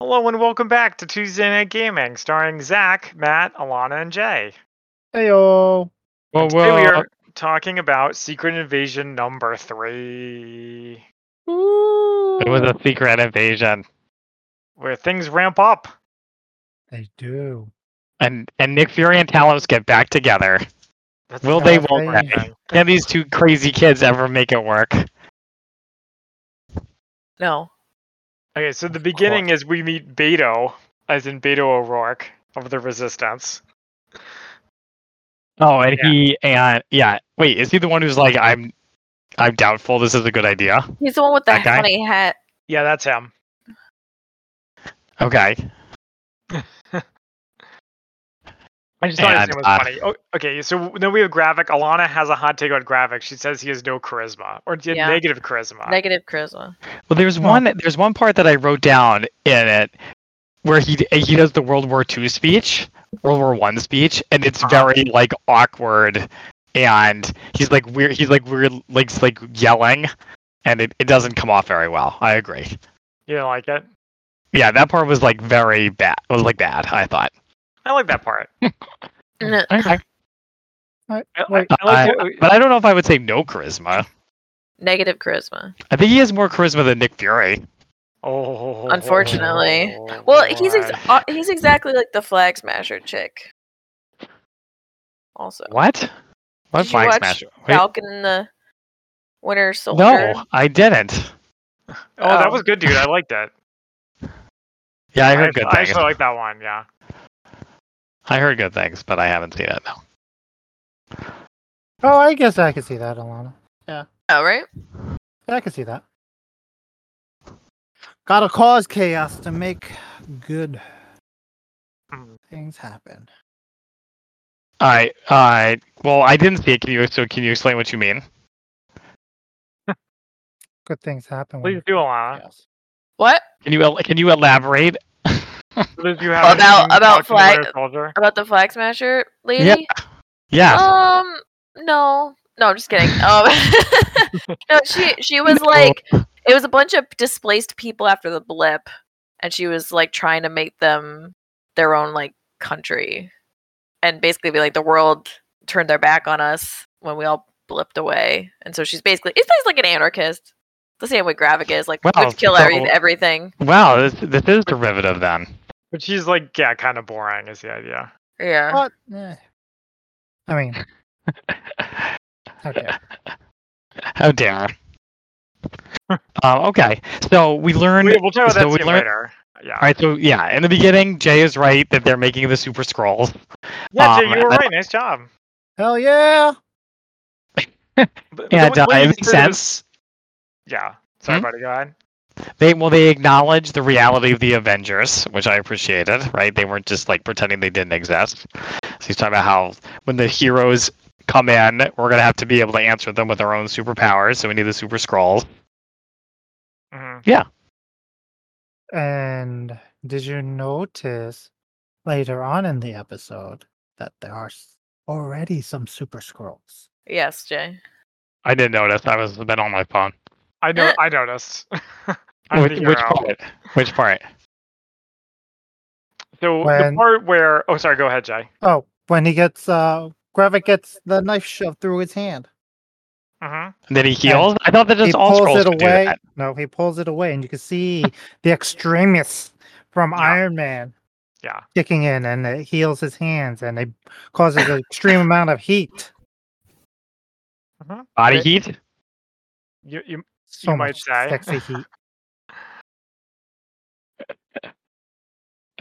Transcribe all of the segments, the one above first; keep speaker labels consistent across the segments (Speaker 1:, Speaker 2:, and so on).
Speaker 1: Hello and welcome back to Tuesday Night Gaming, starring Zach, Matt, Alana, and Jay.
Speaker 2: Heyo.
Speaker 1: And
Speaker 3: Well,
Speaker 1: today we
Speaker 3: well, uh,
Speaker 1: are talking about Secret Invasion number three,
Speaker 3: it was a secret invasion,
Speaker 1: where things ramp up.
Speaker 2: They do.
Speaker 3: and and Nick Fury and Talos get back together.
Speaker 1: That's
Speaker 3: Will
Speaker 1: the
Speaker 3: they?
Speaker 1: best
Speaker 3: Won't
Speaker 1: part.
Speaker 3: they? Can these two crazy kids ever make it work?
Speaker 4: No.
Speaker 1: Okay, so the beginning is we meet Beto, as in Beto O'Rourke of the Resistance.
Speaker 3: Oh, and
Speaker 1: Yeah.
Speaker 3: he and yeah. Wait, is he the one who's like, I'm, I'm doubtful. This is a good idea.
Speaker 4: He's the one with the
Speaker 3: That guy?
Speaker 4: funny hat.
Speaker 1: Yeah, that's him.
Speaker 3: Okay.
Speaker 1: I just thought his
Speaker 3: And,
Speaker 1: name was
Speaker 3: uh,
Speaker 1: funny. Oh, okay, so then we have graphic. Alana has a hot take on graphic. She says he has no charisma or d-
Speaker 4: Yeah.
Speaker 1: negative charisma.
Speaker 4: Negative charisma.
Speaker 3: Well, there's
Speaker 2: Well-
Speaker 3: one. There's one part that I wrote down in it where he he does the World War II speech, World War One speech, and it's
Speaker 1: Uh-huh.
Speaker 3: very like awkward, and he's like weird. He's like weird, like s- like yelling, and it, it doesn't come off very well. I agree.
Speaker 1: you don't like it?
Speaker 3: Yeah, that part was like very bad. Was like bad. I thought.
Speaker 1: I like that part.
Speaker 3: Hmm.
Speaker 4: N-
Speaker 3: Okay.
Speaker 1: I,
Speaker 2: Wait,
Speaker 1: I, I like
Speaker 3: I-
Speaker 1: what-
Speaker 3: But I don't know if I would say no charisma.
Speaker 4: Negative charisma.
Speaker 3: I think he has more charisma than Nick Fury.
Speaker 1: Oh,
Speaker 4: Unfortunately. Well, he's ex-
Speaker 1: boy.
Speaker 4: uh, he's exactly like the flag smasher chick. Also,
Speaker 3: What? What
Speaker 4: Did you
Speaker 3: flag
Speaker 4: watch
Speaker 3: smasher? Wait,
Speaker 4: Falcon and the Winter Soldier.
Speaker 3: no, I didn't.
Speaker 1: oh, that
Speaker 4: Oh.
Speaker 1: was good, dude. I liked it.
Speaker 3: Yeah, I heard good
Speaker 1: I
Speaker 3: things.
Speaker 1: actually like that one. Yeah.
Speaker 3: I heard good things, but I haven't seen it. No.
Speaker 2: Oh, I guess I could see that, Alana.
Speaker 4: Oh, right?
Speaker 2: I could see that. Gotta cause chaos to make good
Speaker 1: Mm.
Speaker 2: things happen.
Speaker 3: All right. All right. Well, I didn't see it. Can you? So, can you explain what you mean?
Speaker 2: Good things happen. when
Speaker 1: Please do, Alana.
Speaker 2: chaos.
Speaker 4: What
Speaker 3: Can you? el- Can you elaborate?
Speaker 1: Liz, you have
Speaker 4: About-
Speaker 1: anything to
Speaker 4: about
Speaker 1: talk to the
Speaker 4: flag-
Speaker 1: Soldier?
Speaker 4: about the flag smasher lady?
Speaker 3: Yeah.
Speaker 1: Oh.
Speaker 4: Um, no, no, I'm just kidding. Um, no, she she was like, it was a bunch of displaced people after the blip, and she was like trying to make them their own like country, and basically be like the world turned their back on us when we all blipped away, and so she's basically it's basically like an anarchist. The same way Gravik is like,
Speaker 3: Wow,
Speaker 4: let's kill every-
Speaker 3: so-
Speaker 4: everything.
Speaker 3: wow. This this is derivative then.
Speaker 1: But she's like, yeah, kind of boring is the idea.
Speaker 4: Yeah.
Speaker 2: But, eh. I mean, okay.
Speaker 3: How dare. um, okay. So we learned.
Speaker 1: We, we'll talk about
Speaker 3: so
Speaker 1: that
Speaker 3: we
Speaker 1: scene
Speaker 3: learned-
Speaker 1: later. Yeah.
Speaker 3: All right. So yeah, in the beginning, Jay is right that they're making the super scrolls.
Speaker 1: Yeah, Jay,
Speaker 3: um,
Speaker 1: you were
Speaker 3: and-
Speaker 1: right. Nice job.
Speaker 2: Hell yeah!
Speaker 1: But, but
Speaker 3: And
Speaker 1: the
Speaker 3: uh,
Speaker 1: way
Speaker 3: it
Speaker 1: you
Speaker 3: makes
Speaker 1: said it
Speaker 3: sense.
Speaker 1: was- yeah. Sorry,
Speaker 3: Hmm?
Speaker 1: buddy. Go ahead.
Speaker 3: They well, they acknowledge the reality of the Avengers, which I appreciated. Right? They weren't just like pretending they didn't exist. So he's talking about how when the heroes come in, we're gonna have to be able to answer them with our own superpowers. So we need the super scrolls.
Speaker 1: Mhm.
Speaker 2: And did you notice later on in the episode that there are s- already some super scrolls?
Speaker 4: Yes, Jay.
Speaker 3: I didn't notice. I was been on my phone.
Speaker 1: I know. I noticed. I'm
Speaker 3: Which,
Speaker 1: the
Speaker 3: which
Speaker 1: hero.
Speaker 3: part? Which part?
Speaker 1: So the
Speaker 2: When-
Speaker 1: part where oh sorry, go ahead, Jay.
Speaker 2: Oh, when he gets uh Gravik gets the knife shoved through his hand.
Speaker 1: hmm
Speaker 3: And then he heals. I thought that
Speaker 2: he
Speaker 3: just all
Speaker 2: pulls
Speaker 3: scrolls
Speaker 2: it
Speaker 3: could do
Speaker 2: away.
Speaker 3: that.
Speaker 2: No, he pulls it away and you can see the extremis from
Speaker 1: Yeah.
Speaker 2: Iron Man
Speaker 1: Yeah.
Speaker 2: kicking in and it heals his hands and it causes an extreme amount of heat.
Speaker 3: Body
Speaker 4: Right.
Speaker 3: heat.
Speaker 1: You you
Speaker 2: So
Speaker 1: You might
Speaker 2: much
Speaker 1: say.
Speaker 2: sexy heat.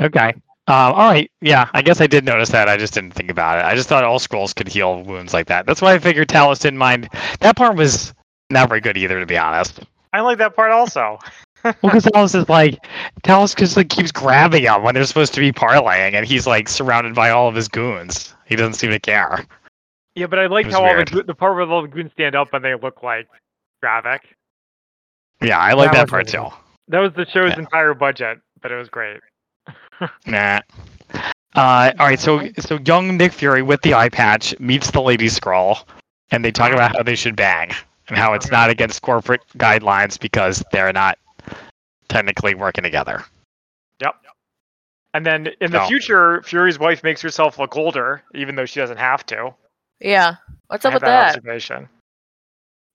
Speaker 3: Okay. Um, all right. Yeah, I guess I did notice that. I just didn't think about it. I just thought all scrolls could heal wounds like that. That's why I figured Talos didn't mind. That part was not very good either, to be honest.
Speaker 1: I like that part also.
Speaker 3: Well, because Talos is like, Talos just like keeps grabbing him when they're supposed to be parlaying, and he's like surrounded by all of his goons. He doesn't seem to care.
Speaker 1: Yeah, but I liked
Speaker 3: was
Speaker 1: how all the,
Speaker 3: weird.
Speaker 1: goo- the part where all the goons stand up and they look like Gravik.
Speaker 3: Yeah, I like
Speaker 2: That
Speaker 3: that,
Speaker 2: was
Speaker 3: part
Speaker 2: really
Speaker 3: too.
Speaker 1: That was the show's
Speaker 3: Yeah.
Speaker 1: entire budget, but it was great.
Speaker 3: Nah. Uh, all right, so so young Nick Fury with the eye patch meets the Lady Scroll, and they talk about how they should bang and how it's not against corporate guidelines because they're not technically working together.
Speaker 1: Yep. And then in the
Speaker 3: No.
Speaker 1: future, Fury's wife makes herself look older, even though she doesn't have to.
Speaker 4: Yeah. What's
Speaker 1: I
Speaker 4: up
Speaker 1: have
Speaker 4: with that?
Speaker 1: observation.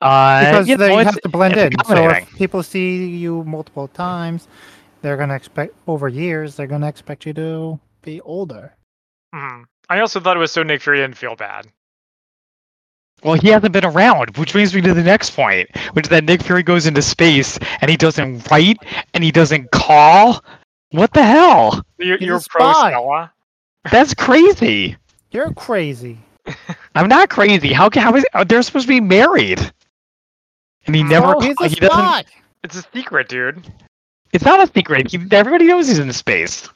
Speaker 3: Uh,
Speaker 2: because
Speaker 3: you know,
Speaker 2: they
Speaker 3: it's-
Speaker 2: have to blend in.
Speaker 3: it's
Speaker 2: So if
Speaker 3: accommodating.
Speaker 2: people see you multiple times, they're gonna expect over years. They're gonna expect you to be older.
Speaker 1: Mhm. I also thought it was so Nick Fury didn't feel bad.
Speaker 3: Well, he hasn't been around, which brings me to the next point, which is that Nick Fury goes into space and he doesn't write and he doesn't call. What the hell?
Speaker 1: You,
Speaker 2: He's a
Speaker 1: you're pro
Speaker 2: spy.
Speaker 1: Stella.
Speaker 3: That's crazy.
Speaker 2: You're crazy.
Speaker 3: I'm not crazy. How can how is oh, they're supposed to be married? And he never
Speaker 2: oh, he's
Speaker 3: ca-
Speaker 2: a
Speaker 3: he doesn't
Speaker 2: spy.
Speaker 1: It's a secret, dude.
Speaker 3: It's not a secret. He, everybody knows he's in space.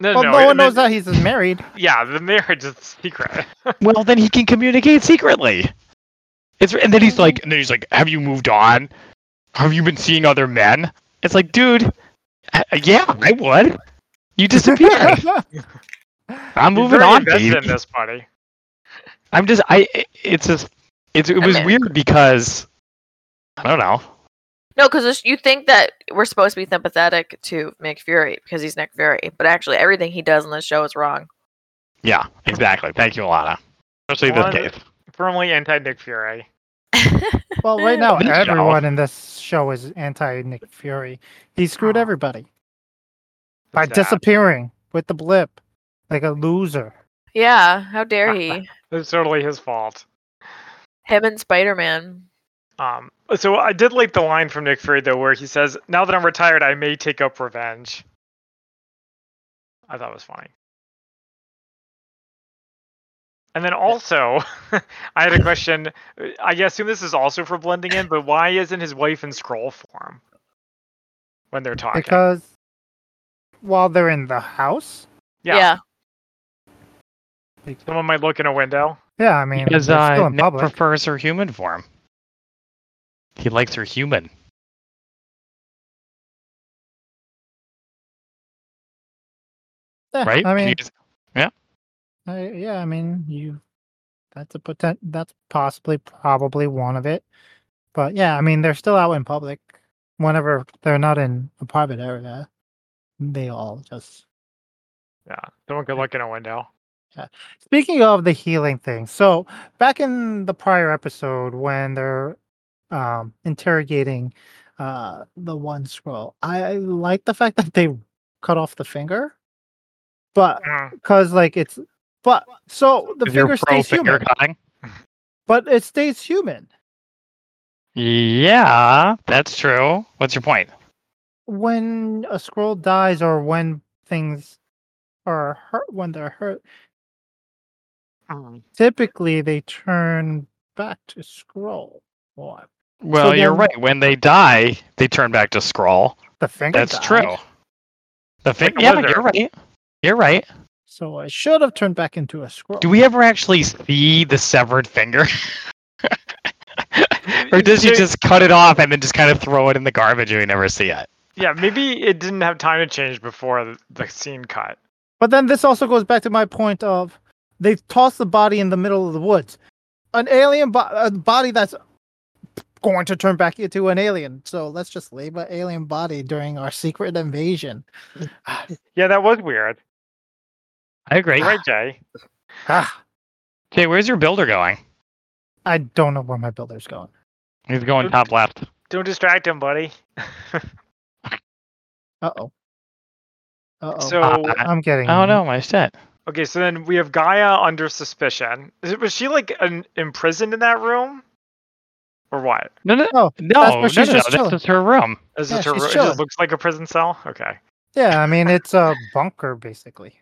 Speaker 1: No,
Speaker 2: Well,
Speaker 1: no,
Speaker 2: no,
Speaker 1: it-
Speaker 2: one knows
Speaker 1: it-
Speaker 2: that he's married.
Speaker 1: Yeah, the marriage is a secret.
Speaker 3: Well, then he can communicate secretly. It's and then he's
Speaker 1: Mm-hmm.
Speaker 3: like and then he's like, "Have you moved on? Have you been seeing other men?" It's like, "Dude, uh, yeah, I would. You disappeared." I'm
Speaker 1: He's
Speaker 3: moving
Speaker 1: very
Speaker 3: on,
Speaker 1: invested in
Speaker 3: baby.
Speaker 1: this, buddy.
Speaker 3: I'm just, I, it- it's just, it's, it
Speaker 4: I
Speaker 3: was
Speaker 4: mean-
Speaker 3: weird because, I don't know.
Speaker 4: No, because you think that we're supposed to be sympathetic to Nick Fury because he's Nick Fury, but actually everything he does in this show is wrong.
Speaker 3: Yeah, exactly. Thank you, Alana. Especially
Speaker 1: Alana-
Speaker 3: this case.
Speaker 1: Firmly anti Nick Fury.
Speaker 2: Well, right now
Speaker 3: This show.
Speaker 2: everyone in this show is anti Nick Fury. He screwed
Speaker 3: Oh,
Speaker 1: Aw.
Speaker 2: everybody by
Speaker 1: Sad.
Speaker 2: disappearing with the blip, like a loser.
Speaker 4: Yeah, how dare he?
Speaker 1: It's totally his fault.
Speaker 4: Uh, Him and Spider Man.
Speaker 1: Um, so I did like the line from Nick Fury though, where he says, "Now that I'm retired, I may take up revenge." I thought it was funny. And then also, I had a question. uh, I assume this is also for blending in, but why isn't his wife in scroll form when they're talking?
Speaker 2: Because while they're in the house,
Speaker 1: yeah,
Speaker 4: yeah.
Speaker 1: someone might look in a window.
Speaker 2: yeah, I mean,
Speaker 3: Because
Speaker 2: they're
Speaker 3: uh,
Speaker 2: still in
Speaker 3: Nick
Speaker 2: public.
Speaker 3: prefers her human form. He likes her human.
Speaker 2: Yeah,
Speaker 3: Right?
Speaker 2: I mean,
Speaker 3: Because-
Speaker 2: I, yeah, I mean, you. That's a potent. That's possibly, probably one of it. But yeah, I mean, they're still out in public. Whenever they're not in a private area, they all just.
Speaker 1: Yeah, someone could look in a window.
Speaker 2: Speaking of the healing thing, so back in the prior episode when they're um, interrogating uh, the one scroll, I like the fact that they cut off the finger, but
Speaker 1: Mm.
Speaker 2: because like it's but so the
Speaker 3: because you're
Speaker 2: finger stays
Speaker 3: pro-finger
Speaker 2: human,
Speaker 3: cutting.
Speaker 2: but it stays human.
Speaker 3: Yeah, that's true. What's your point?
Speaker 2: when a scroll dies or when things are hurt when they're hurt typically they turn back to scroll or
Speaker 3: Well, you're
Speaker 2: then-
Speaker 3: right. When they die, they turn back to scroll.
Speaker 2: the finger
Speaker 3: That's
Speaker 2: died,
Speaker 3: true. The
Speaker 1: Like
Speaker 3: thing,
Speaker 1: a
Speaker 3: yeah,
Speaker 1: lizard.
Speaker 3: you're right. You're right.
Speaker 2: so it should have turned back into a scroll
Speaker 3: Do we ever actually see the severed finger? or does he
Speaker 1: They-
Speaker 3: just cut it off and then just kind of throw it in the garbage and we never see it?
Speaker 1: Yeah, maybe it didn't have time to change before the, the scene cut.
Speaker 2: but then this also goes back to my point of they tossed the body in the middle of the woods an alien bo- a body that's going to turn back into an alien so let's just leave an alien body during our secret invasion
Speaker 1: Yeah, that was weird.
Speaker 3: I agree.
Speaker 1: Right, Jay?
Speaker 2: ah,
Speaker 3: Okay, where's your builder going?
Speaker 2: i don't know where my builder's going
Speaker 3: He's going top left.
Speaker 1: Don't distract him, buddy.
Speaker 2: Uh oh. Uh oh.
Speaker 1: So
Speaker 3: Uh,
Speaker 2: I'm getting.
Speaker 3: Oh no, my shit.
Speaker 1: okay, so then we have Gaia under suspicion. Is it, was she like an, imprisoned in that room, or what?
Speaker 3: No, no,
Speaker 2: Oh,
Speaker 3: no,
Speaker 2: that's
Speaker 3: no,
Speaker 2: where
Speaker 3: no,
Speaker 2: she's just
Speaker 3: no.
Speaker 2: chilling.
Speaker 3: This is her room.
Speaker 1: Is
Speaker 2: Yeah,
Speaker 1: this her
Speaker 2: she's
Speaker 1: room? It
Speaker 2: chilling.
Speaker 1: just looks like a prison cell. Okay.
Speaker 2: Yeah, I mean it's a bunker basically.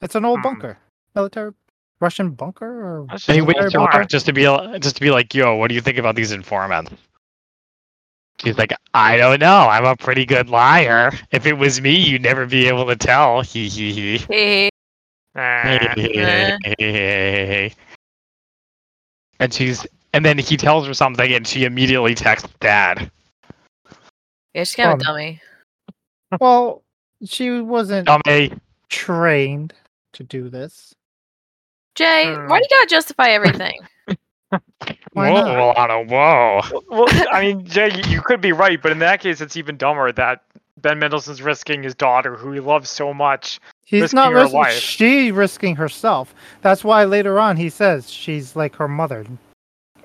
Speaker 2: It's an old
Speaker 1: Hmm.
Speaker 2: bunker, military Russian bunker or
Speaker 1: That's
Speaker 3: And he
Speaker 1: just
Speaker 2: wait,
Speaker 1: bizarre.
Speaker 3: waits
Speaker 2: so
Speaker 3: for her
Speaker 2: Barbara.
Speaker 3: just to be al- just to be like, yo, what do you think about these informants? She's like, I don't know. I'm a pretty good liar. If it was me, you'd never be able to tell. He he he.
Speaker 4: He-
Speaker 1: Nah.
Speaker 3: and she's and then he tells her something and she immediately texts dad
Speaker 4: yeah, she's kind of
Speaker 2: Um,
Speaker 4: a dummy.
Speaker 2: well, she wasn't
Speaker 3: dummy
Speaker 2: trained to do this.
Speaker 4: Jay,
Speaker 1: mm.
Speaker 4: why do you gotta justify everything?
Speaker 2: Why
Speaker 3: whoa
Speaker 2: not?
Speaker 3: Alana, whoa
Speaker 1: Well, well, I mean, Jay, you- you could be right, but in that case, it's even dumber that Ben Mendelsohn's risking his daughter, who he loves so much.
Speaker 2: He's
Speaker 1: risking
Speaker 2: not
Speaker 1: her
Speaker 2: risking.
Speaker 1: life.
Speaker 2: She risking herself. That's why later on he says she's like her mother,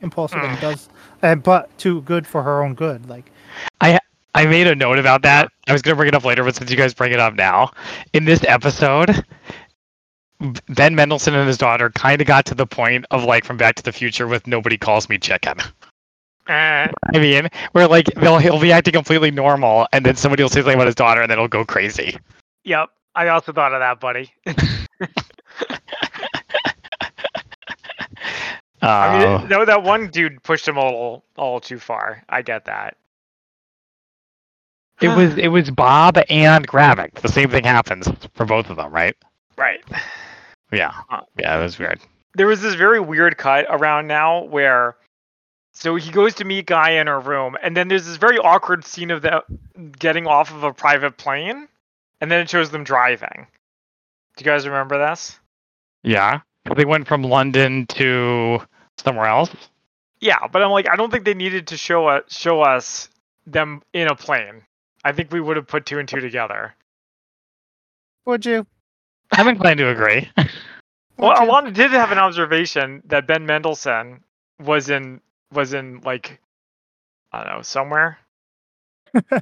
Speaker 2: impulsive
Speaker 1: Mm.
Speaker 2: and does, and but too good for her own good. Like
Speaker 3: I made a note about that. I was going to bring it up later, but since you guys bring it up now, in this episode, B- Ben Mendelsohn and his daughter kind of got to the point of like from Back to the Future with "Nobody calls me chicken."
Speaker 1: Eh,
Speaker 3: I mean, where like they'll he'll be acting completely normal, and then somebody will say something about his daughter, and then he'll go crazy.
Speaker 1: yep, I also thought of that, buddy.
Speaker 3: Uh,
Speaker 1: I mean, no, that one dude pushed him a little, all too far. I get that.
Speaker 3: it was it was Bob and Gravik. The same thing happens for both of them, right?
Speaker 1: right.
Speaker 3: Yeah,
Speaker 1: Huh.
Speaker 3: yeah, it was weird.
Speaker 1: there was this very weird cut around now where so he goes to meet guy in her room and then there's this very awkward scene of them getting off of a private plane and then it shows them driving do you guys remember this
Speaker 3: Yeah, they went from London to somewhere else.
Speaker 1: yeah but i'm like i don't think they needed to show us show us them in a plane i think we would have put two and two together
Speaker 2: would you?
Speaker 3: I'm inclined to agree.
Speaker 1: well
Speaker 2: Would you?
Speaker 1: alana did have an observation that ben mendelsohn was in was in like i don't know somewhere
Speaker 3: I
Speaker 1: uh,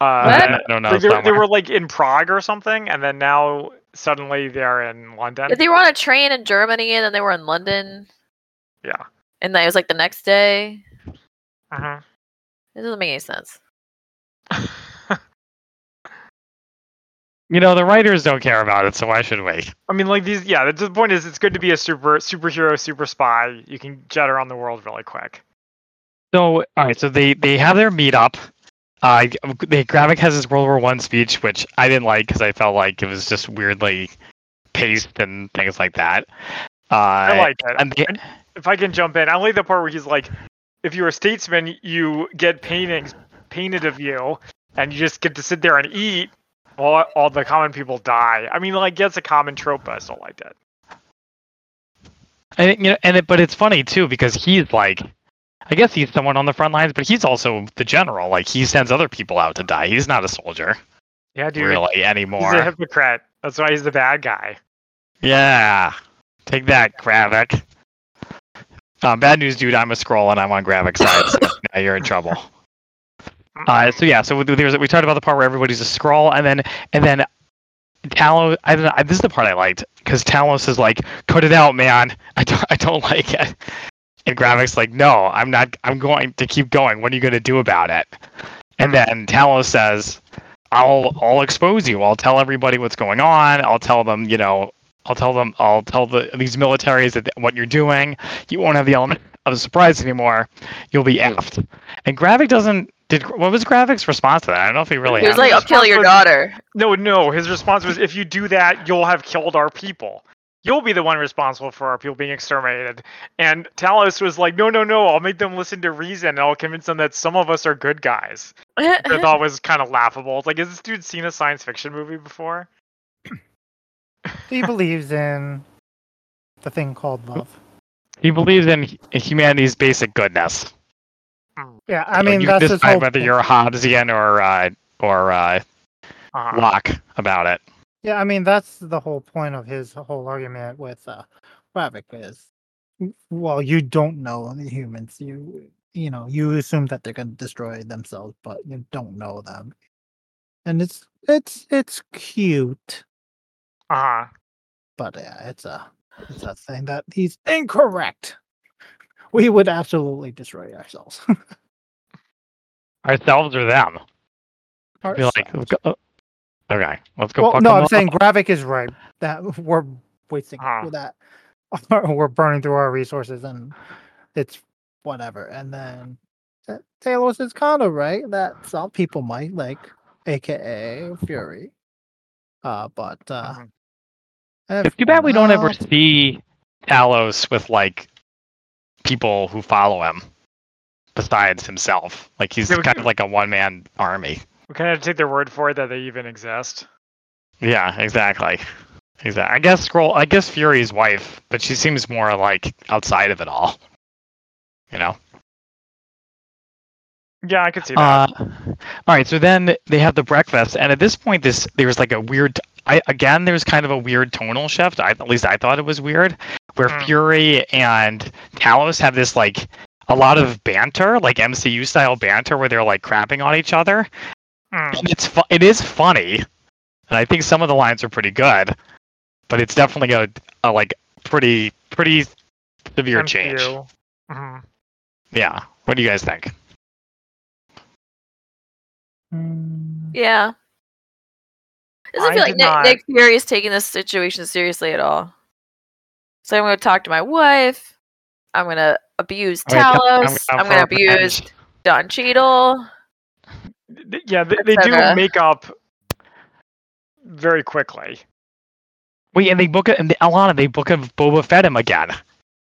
Speaker 3: don't- I don't know.
Speaker 1: Like, they, were- they
Speaker 3: somewhere.
Speaker 1: were like in Prague or something, and then now suddenly they're in London.
Speaker 4: But they were on a train in Germany and then they were in London.
Speaker 1: Yeah.
Speaker 4: And then it was like the next day.
Speaker 1: Uh-huh.
Speaker 4: It doesn't make any sense.
Speaker 3: You know, the writers don't care about it, so why should we?
Speaker 1: I mean, like these. Yeah, the, the point is, it's good to be a super superhero, super spy. You can jet around the world really quick.
Speaker 3: So, all right. So they they have their meetup. Uh, the Gravik has his World War One speech, which I didn't like because I felt like it was just weirdly paced and things like that. Uh,
Speaker 1: I like it.
Speaker 3: and they,
Speaker 1: if I can jump in, I like the part where he's like, "If you're a statesman, you get paintings painted of you, and you just get to sit there and eat." While all the common people die. I mean, like, that's a common trope, but I still liked it.
Speaker 3: and it- you know, and it, but it's funny too because he's like, I guess he's someone on the front lines, but he's also the general. Like he sends other people out to die. He's not a soldier
Speaker 1: Yeah, dude.
Speaker 3: really
Speaker 1: He's
Speaker 3: anymore.
Speaker 1: a hypocrite. That's why he's the bad guy.
Speaker 3: Yeah. Take that, Gravik. Uh, bad news, dude. I'm a scroll and I'm on Gravik's side. So now you're in trouble. Uh, so yeah, so there's we talked about the part where everybody's a scroll, and then and then Talos. I don't know. This is the part I liked because Talos is like, "Cut it out, man. I don't, I don't like it." And Gravik's like, "No, I'm not. I'm going to keep going. What are you going to do about it?" And then Talos says, "I'll I'll expose you. I'll tell everybody what's going on. I'll tell them, you know." I'll tell them. I'll tell the these militaries that what you're doing. You won't have the element of surprise anymore. You'll be effed. And Gravik doesn't. Did what was Gravik's response to that? I don't know if he really.
Speaker 4: He was
Speaker 3: had
Speaker 4: like,
Speaker 3: one.
Speaker 4: I'll kill your daughter.
Speaker 1: No, no. His response was, "If you do that, you'll have killed our people. You'll be the one responsible for our people being exterminated." And Talos was like, "No, no, no. I'll make them listen to reason, and I'll convince them that some of us are good guys." Which I thought was kind of laughable. It's like, has this dude seen a science fiction movie before?
Speaker 2: He believes in the thing called love.
Speaker 3: He believes in hu- humanity's basic goodness.
Speaker 2: Yeah, I
Speaker 3: You know,
Speaker 2: mean
Speaker 3: you can
Speaker 2: that's his
Speaker 3: decide
Speaker 2: whole.
Speaker 3: whether
Speaker 2: thing.
Speaker 3: you're Hobbesian or uh, or uh,
Speaker 1: Uh-huh.
Speaker 3: Locke about it.
Speaker 2: Yeah, I mean that's the whole point of his whole argument with uh Ravik is "W- well, you don't know the humans. You you know, you assume that they're gonna destroy themselves, but you don't know them. And it's it's it's cute,
Speaker 1: Uh-huh.
Speaker 2: but yeah, it's a it's a thing that he's incorrect. We would absolutely destroy ourselves.
Speaker 3: Ourselves or them. Be
Speaker 2: Ourselves.
Speaker 3: like, "Let's go- uh, okay, let's go.
Speaker 2: well,
Speaker 3: fuck
Speaker 2: no,
Speaker 3: them
Speaker 2: I'm
Speaker 3: up."
Speaker 2: saying Gravik is right. That we're wasting
Speaker 1: Ah.
Speaker 2: that we're burning through our resources and it's whatever. And then uh, Talos is kind of right that some people might like, aka Fury. Uh, but uh,
Speaker 1: Mhm.
Speaker 3: It's Mm-hmm. too bad we don't ever
Speaker 2: everyone
Speaker 3: see Talos with like people who follow him besides himself. Like he's
Speaker 1: Yeah, we
Speaker 3: kind
Speaker 1: can-
Speaker 3: of like a one man army.
Speaker 1: We kind of take their word for it that they even exist.
Speaker 3: Yeah, exactly. Exactly. I guess scroll. I guess Fury's wife, but she seems more like outside of it all. You know.
Speaker 1: Yeah, I could see that.
Speaker 3: Uh, all right, so then they have the breakfast, and at this point, this there's like a weird. I again, there's kind of a weird tonal shift. I, at least I thought it was weird, where
Speaker 1: Mm.
Speaker 3: Fury and Talos have this like a lot of banter, like MCU style banter, where they're like crapping on each other,
Speaker 1: Mm.
Speaker 3: and it's fu- it is funny, and I think some of the lines are pretty good, but it's definitely a, a like pretty pretty severe change.
Speaker 1: MCU. Mhm.
Speaker 3: Yeah. What do you guys think?
Speaker 2: Mm,
Speaker 4: Yeah. Doesn't
Speaker 1: I
Speaker 4: feel
Speaker 1: did
Speaker 4: like Nick,
Speaker 1: not-
Speaker 4: Nick Fury is taking this situation seriously at all. So I'm going to talk to my wife. I'm going to abuse
Speaker 3: I'm gonna- I'm-
Speaker 4: Talos.
Speaker 3: I'm
Speaker 4: I'm going to
Speaker 3: for revenge.
Speaker 4: abuse Don Cheadle.
Speaker 1: Th- Yeah, they, they do
Speaker 4: Etcetera.
Speaker 1: make up very quickly.
Speaker 3: Wait, and they book it, and the- Alana, they book of Boba Fett him again.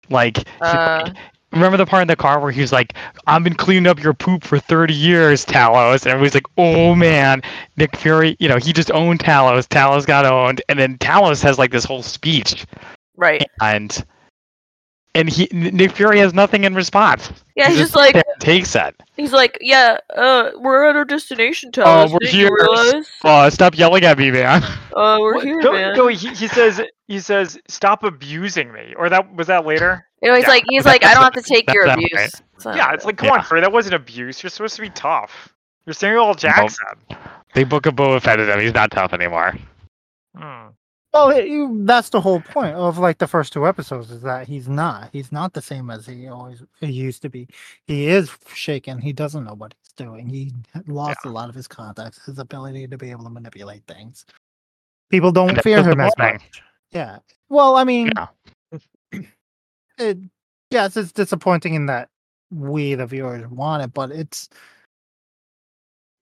Speaker 3: Like, he-
Speaker 4: Uh,
Speaker 3: remember the part in the car where he's like, "I've been cleaning up your poop for thirty years, Talos," and everybody's like, "Oh man, Nick Fury, you know, he just owned Talos. Talos got owned, and then Talos has like this whole speech,
Speaker 4: right.
Speaker 3: and and he N- Nick Fury has nothing in response.
Speaker 4: Yeah,
Speaker 3: He
Speaker 4: he's just like,
Speaker 3: sits there and takes it.
Speaker 4: he's like, yeah, uh, we're at our destination,
Speaker 3: Oh,
Speaker 4: Talos.
Speaker 3: we're
Speaker 4: Didn't you
Speaker 3: here.
Speaker 4: realize?
Speaker 3: Uh, stop yelling at me, man.
Speaker 4: Uh, we're
Speaker 1: What-
Speaker 4: here,
Speaker 1: no,
Speaker 4: man.
Speaker 1: no, he, he says he says stop abusing me. Or that was that later?
Speaker 4: You know, he's
Speaker 1: Yeah,
Speaker 4: like, he's
Speaker 3: that-
Speaker 4: like, I don't have
Speaker 3: that's-
Speaker 4: to take your
Speaker 3: that's
Speaker 4: abuse.
Speaker 3: right.
Speaker 4: So-
Speaker 1: Yeah, it's like come on, Curry, that wasn't abuse. You're supposed to be tough. You're Samuel L. Jackson.
Speaker 3: They book a Boba Fett him. He's not tough anymore.
Speaker 1: Mm.
Speaker 2: Well, it- you, Oh, that's the whole point of like the first two episodes is that he's not. He's not the same as he always he used to be. He is shaken. He doesn't know what he's doing. He had lost a lot of his contacts, his ability to be able to manipulate things. People don't
Speaker 3: that's
Speaker 2: fear him as
Speaker 3: disappointing.
Speaker 2: much. Yeah. Well, I mean,
Speaker 3: Yeah.
Speaker 2: it, yes, it's disappointing in that we, the viewers, want it, but it's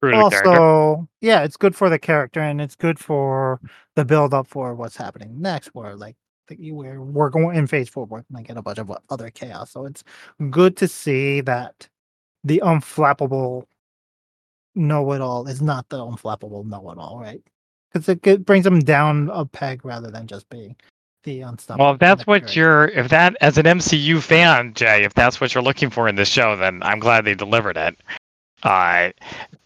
Speaker 3: Screw the character.
Speaker 2: also yeah it's good for the character and it's good for the build up for what's happening next where like that you we're, we're going in phase four we're going to get a bunch of o- other chaos so it's good to see that the unflappable know-it-all is not the unflappable know-it-all right because it get, brings them down a peg rather than just being the unstoppable
Speaker 3: Well, if that's what
Speaker 2: character.
Speaker 3: you're, if that, as an MCU fan, Jay, if that's what you're looking for in this show, then I'm glad they delivered it. Uh,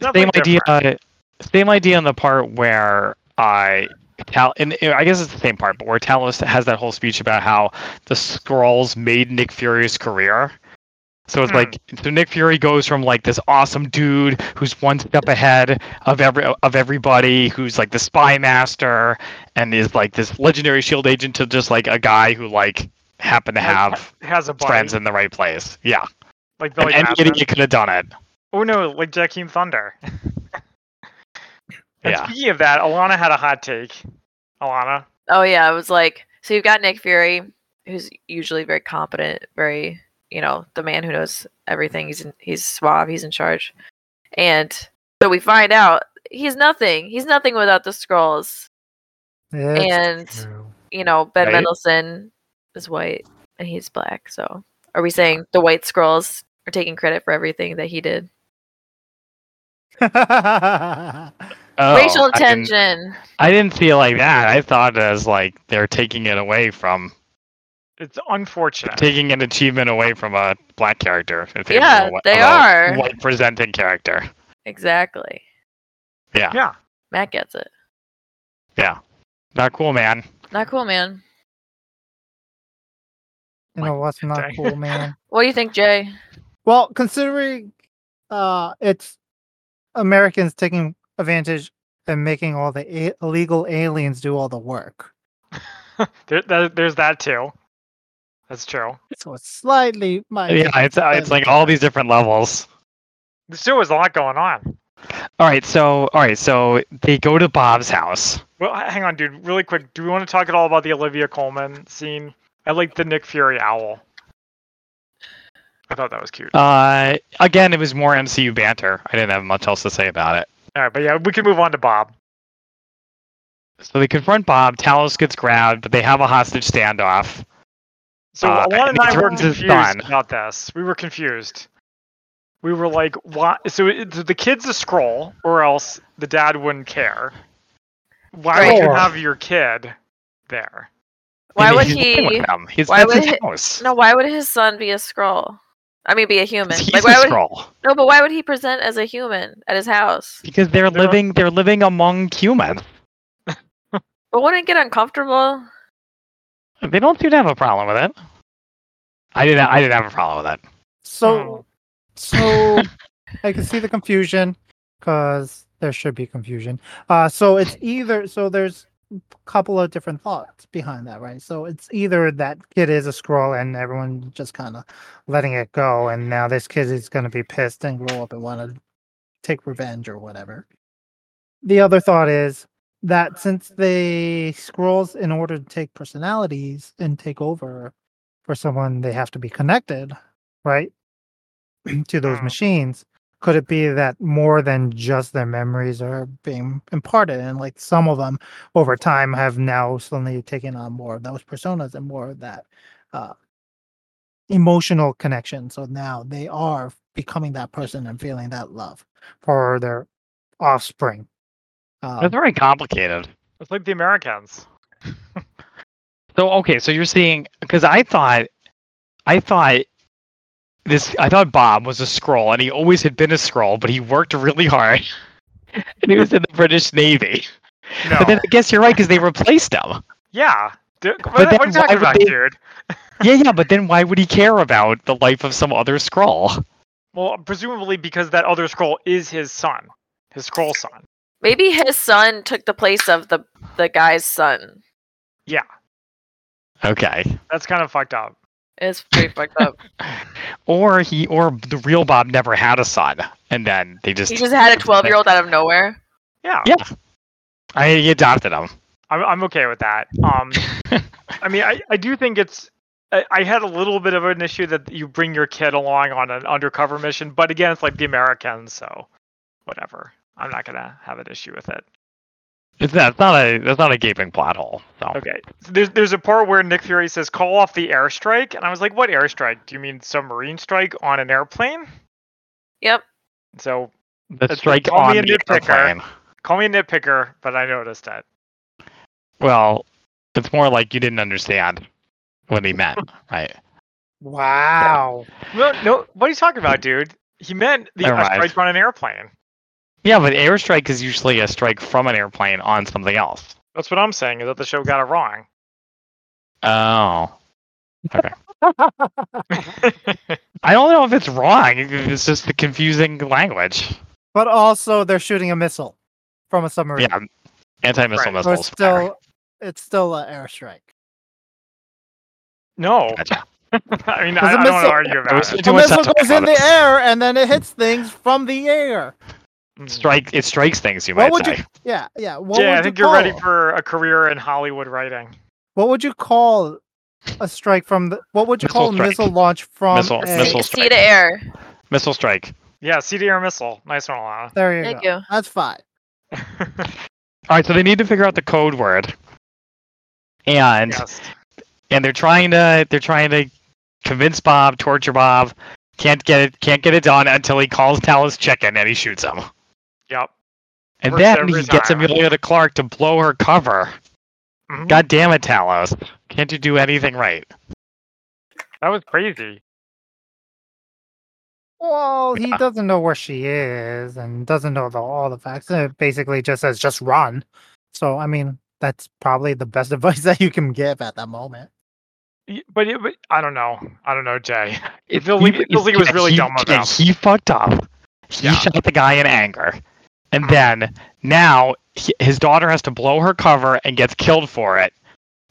Speaker 1: Nothing
Speaker 3: same idea. Same idea on the part where I. Tal- and uh, I guess it's the same part, but where Talos has that whole speech about how the Skrulls made Nick Fury's career. So it's
Speaker 1: Hmm.
Speaker 3: like so Nick Fury goes from like this awesome dude who's one step ahead of every of everybody, who's like the spy master and is like this legendary shield E agent to just like a guy who like happened to
Speaker 1: Like,
Speaker 3: have
Speaker 1: has a bite,
Speaker 3: friends in the right place. Yeah.
Speaker 1: like Billy
Speaker 3: And any
Speaker 1: Madison.
Speaker 3: idiot could have done it.
Speaker 1: Oh no, like Jackie Thunder. and
Speaker 3: Yeah.
Speaker 1: speaking of that, Alana had a hot take. Alana.
Speaker 4: Oh yeah, it was like so you've got Nick Fury, who's usually very competent, very you know the man who knows everything. He's in, he's suave, he's in charge, and so we find out he's nothing. He's nothing without the scrolls.
Speaker 2: It's
Speaker 4: and-
Speaker 2: true.
Speaker 4: You know, Ben
Speaker 3: Right.
Speaker 4: Mendelsohn is white and he's black. So are we saying the white scrolls are taking credit for everything that he did?
Speaker 3: Oh,
Speaker 4: Racial
Speaker 3: I didn't-
Speaker 4: tension.
Speaker 3: I didn't feel like that. I thought it was like they're taking it away from
Speaker 1: It's unfortunate.
Speaker 3: taking an achievement away from a black character. in favor of
Speaker 4: Yeah,
Speaker 3: a whi- of
Speaker 4: they
Speaker 3: a
Speaker 4: are.
Speaker 3: white presenting character.
Speaker 4: Exactly.
Speaker 3: Yeah,
Speaker 1: Yeah.
Speaker 4: Matt gets it.
Speaker 3: not cool, man.
Speaker 4: Not cool, man.
Speaker 2: you know what's not
Speaker 1: dang.
Speaker 2: cool man
Speaker 4: What do you think, Jay?
Speaker 2: Well, considering uh, it's Americans taking advantage and making all the a- illegal aliens do all the work,
Speaker 1: There, there, there's that too. That's true.
Speaker 2: so it's slightly my
Speaker 3: Yeah, it's uh, it's like all these different levels.
Speaker 1: There still was a lot going on.
Speaker 3: All right, so all right, so they go to Bob's house.
Speaker 1: Well, h- hang on, dude. Really quick, do we want to talk at all about the Olivia Coleman scene? I like the Nick Fury owl. I thought that was cute.
Speaker 3: Uh, again, it was more MCU banter. I didn't have much else to say about it.
Speaker 1: All right, but yeah, we can move on to Bob.
Speaker 3: So they confront Bob. Talos gets grabbed, but they have a hostage standoff.
Speaker 1: So
Speaker 3: Uh,
Speaker 1: Alana and
Speaker 3: Nick
Speaker 1: I were
Speaker 3: Fury's his
Speaker 1: confused
Speaker 3: son.
Speaker 1: about this. We were confused. We were like, why? So it, so the kid's a scroll, or else the dad wouldn't care. Why would you
Speaker 2: Right.
Speaker 1: have your kid there?
Speaker 4: Why
Speaker 3: And
Speaker 4: would
Speaker 3: he's living
Speaker 4: he?
Speaker 3: with them. He's
Speaker 4: why
Speaker 3: that's
Speaker 4: would
Speaker 3: his
Speaker 4: he-
Speaker 3: house.
Speaker 4: No, why would his son be a scroll? I mean, be a human.
Speaker 3: He's
Speaker 4: Like,
Speaker 3: a
Speaker 4: why would
Speaker 3: scroll
Speaker 4: no? But why would he present as a human at his house?
Speaker 3: because they're
Speaker 1: They're-
Speaker 3: living they're living among humans.
Speaker 4: But wouldn't it get uncomfortable?
Speaker 3: They don't seem to have a problem with it. I didn't. I didn't have a problem with that.
Speaker 2: So, so I can see the confusion because there should be confusion. Uh, so it's either so there's a couple of different thoughts behind that, right? So it's either that kid is a scroll and everyone just kind of letting it go, and now this kid is going to be pissed and grow up and want to take revenge or whatever. The other thought is that since they scrolls in order to take personalities and take over for someone, they have to be connected, right? to those
Speaker 1: Mm.
Speaker 2: machines. Could it be that more than just their memories are being imparted, and like some of them over time have now suddenly taken on more of those personas and more of that uh, emotional connection? So now they are becoming that person and feeling that love for their offspring. Um,
Speaker 3: That's very complicated.
Speaker 1: It's like the Americans.
Speaker 3: So okay, so you're seeing because I thought, I thought this. I thought Bob was a scroll, and he always had been a scroll, but he worked really hard, and he was in the British Navy.
Speaker 1: No.
Speaker 3: But then I guess you're right because they replaced him.
Speaker 1: yeah. Dude, what,
Speaker 3: then
Speaker 1: what are you
Speaker 3: why
Speaker 1: talking
Speaker 3: would
Speaker 1: about,
Speaker 3: they-
Speaker 1: dude?
Speaker 3: Yeah, yeah. But then why would he care about the life of some other scroll?
Speaker 1: Well, presumably because that other scroll is his son, his scroll son.
Speaker 4: Maybe his son took the place of the the guy's son.
Speaker 3: Okay.
Speaker 1: That's kind of fucked up.
Speaker 4: It's pretty fucked up.
Speaker 3: Or he, or the real Bob never had a son, and then they just
Speaker 4: He just had a twelve year old out of nowhere.
Speaker 1: Yeah,
Speaker 3: Yeah. I he adopted him.
Speaker 1: I'm, I'm okay with that. Um, I mean, I, I do think it's. I, I had a little bit of an issue that you bring your kid along on an undercover mission, but again, it's like the Americans, so whatever. I'm not gonna have an issue with it.
Speaker 3: It's not, it's not a that's not a gaping plot hole. So
Speaker 1: Okay. So there's there's a part where Nick Fury says, "Call off the airstrike," and I was like, "What airstrike? Do you mean submarine strike on an airplane?"
Speaker 4: Yep.
Speaker 1: So
Speaker 3: the
Speaker 1: That's-
Speaker 3: strike
Speaker 1: call
Speaker 3: on
Speaker 1: me a
Speaker 3: the
Speaker 1: nitpicker.
Speaker 3: airplane.
Speaker 1: call me a nitpicker, but I noticed that.
Speaker 3: Well, it's more like you didn't understand what he meant, right?
Speaker 2: wow.
Speaker 1: No, no. What are you talking about, dude? He meant the
Speaker 3: Never
Speaker 1: a
Speaker 3: mind.
Speaker 1: strike on an airplane.
Speaker 3: Yeah, but airstrike is usually a strike from an airplane on something else.
Speaker 1: That's what I'm saying. Is that the show got it wrong?
Speaker 3: Oh. Okay. I don't know if it's wrong. It's just the confusing language.
Speaker 2: But also, they're shooting a missile from a submarine.
Speaker 3: Yeah. Anti missile
Speaker 1: Right.
Speaker 2: so
Speaker 3: missiles.
Speaker 2: it's
Speaker 3: fire.
Speaker 2: still it's still an airstrike.
Speaker 1: no.
Speaker 3: Gotcha.
Speaker 1: I mean,
Speaker 2: Does
Speaker 1: I, I don't
Speaker 2: it
Speaker 1: want
Speaker 2: miss-
Speaker 1: to argue about
Speaker 3: Does
Speaker 1: it.
Speaker 3: it
Speaker 2: A
Speaker 3: Too much
Speaker 2: missile
Speaker 3: time
Speaker 2: goes in
Speaker 3: about
Speaker 2: the
Speaker 3: it.
Speaker 2: air and then it hits things from the air.
Speaker 3: Strike it strikes things you
Speaker 2: What
Speaker 3: might
Speaker 2: would
Speaker 3: say.
Speaker 2: you? Yeah, yeah. What
Speaker 1: Mm. yeah,
Speaker 2: would
Speaker 1: I
Speaker 2: you
Speaker 1: think you're ready
Speaker 2: call-
Speaker 1: for a career in Hollywood writing.
Speaker 2: What would you call a strike from the? What would you
Speaker 3: Missile
Speaker 2: call a
Speaker 3: strike.
Speaker 2: missile launch from?
Speaker 3: Missile-
Speaker 2: a-
Speaker 3: missile-
Speaker 4: See,
Speaker 3: strike.
Speaker 4: see to air.
Speaker 3: Missile strike.
Speaker 1: Yeah, CD air missile. Nice one, Alana.
Speaker 2: There you
Speaker 4: Thank
Speaker 2: go.
Speaker 4: you.
Speaker 2: That's fine.
Speaker 3: Alright, so they need to figure out the code word. And
Speaker 1: yes.
Speaker 3: and they're trying to they're trying to convince Bob, torture Bob. Can't get it can't get it done until he calls Talos chicken and he shoots him.
Speaker 1: Yep.
Speaker 3: And
Speaker 1: Works
Speaker 3: then
Speaker 1: every
Speaker 3: he gets
Speaker 1: time.
Speaker 3: Amelia Clark to blow her cover.
Speaker 1: Mhm.
Speaker 3: God damn it, Talos. Can't you do anything right?
Speaker 1: That was crazy.
Speaker 2: Well, he
Speaker 3: Yeah.
Speaker 2: doesn't know where she is and doesn't know the, all the facts. and It basically just says just run. So I mean, that's probably the best advice that you can give at that moment.
Speaker 1: Y- But, it, but I don't know. I don't know, Jay.
Speaker 3: It
Speaker 1: feels like- it feels like it was really dumb of him.
Speaker 3: He fucked up. He
Speaker 1: Yeah.
Speaker 3: shot the guy in anger. And
Speaker 1: Mhm.
Speaker 3: then now he, his daughter has to blow her cover and gets killed for it.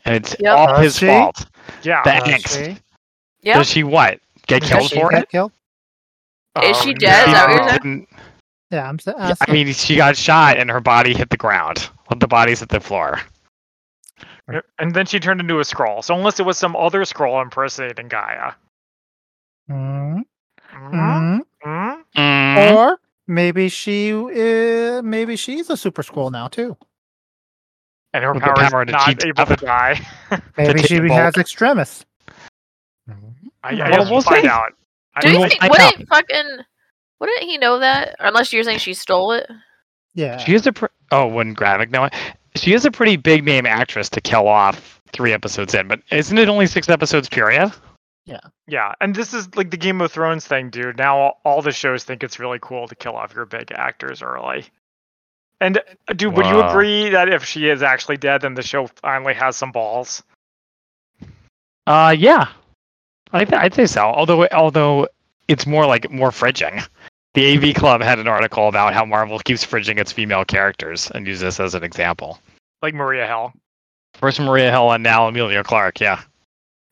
Speaker 3: And it's
Speaker 4: Yep.
Speaker 3: all
Speaker 2: Does
Speaker 3: his
Speaker 2: she?
Speaker 3: fault.
Speaker 1: Yeah.
Speaker 3: That-
Speaker 2: Does
Speaker 3: Thanks.
Speaker 2: Uh, she-
Speaker 4: Yep.
Speaker 3: Does she what? Get
Speaker 2: does
Speaker 3: killed
Speaker 2: she
Speaker 3: for
Speaker 2: get
Speaker 3: it?
Speaker 2: Killed?
Speaker 4: Is she
Speaker 1: Oh,
Speaker 4: dead? Is that what you're
Speaker 1: no.
Speaker 4: saying?
Speaker 3: Didn't-
Speaker 2: Yeah, I'm. s-
Speaker 3: yeah, I
Speaker 2: asking.
Speaker 3: mean, she got shot and her body hit the ground. Well, the bodies hit the floor.
Speaker 1: Yep, And then she turned into a scroll. So unless it was some other scroll impersonating Gaia.
Speaker 2: Mhm,
Speaker 3: Mm-hmm.
Speaker 1: Mhm,
Speaker 2: mhm.
Speaker 1: mhm.
Speaker 3: Mm.
Speaker 2: Or maybe she uh, maybe she's a super scroll now too.
Speaker 1: And her
Speaker 3: With the
Speaker 1: power is
Speaker 3: power to
Speaker 1: not
Speaker 3: keep
Speaker 1: able to
Speaker 3: up.
Speaker 1: die.
Speaker 2: Maybe
Speaker 3: take
Speaker 2: she
Speaker 3: the bulk. Mm-hmm.
Speaker 2: has extremis.
Speaker 1: I, I
Speaker 2: Well,
Speaker 1: guess we'll
Speaker 3: we'll
Speaker 1: find
Speaker 3: see.
Speaker 1: out. I
Speaker 4: Do
Speaker 1: don't
Speaker 4: you
Speaker 3: will
Speaker 1: think-
Speaker 4: think
Speaker 3: find
Speaker 4: wouldn't fucking wouldn't he know that? Unless you're saying she stole it.
Speaker 2: Yeah.
Speaker 3: She is a pr- oh, wouldn't graphic know it? She is a pretty big name actress to kill off three episodes in, but isn't it only six episodes period?
Speaker 2: Yeah.
Speaker 1: Yeah, and this is like the Game of Thrones thing, dude. Now all- all the shows think it's really cool to kill off your big actors early. And uh, dude, would you
Speaker 3: Wow.
Speaker 1: agree that if she is actually dead, then the show finally has some balls?
Speaker 3: Uh, yeah, I th- I'd say so. Although although it's more like more fridging. The AV Club had an article about how Marvel keeps fridging its female characters and use this as an example.
Speaker 1: Like Maria Hill.
Speaker 3: First Maria Hill and now Amelia Clark. Yeah,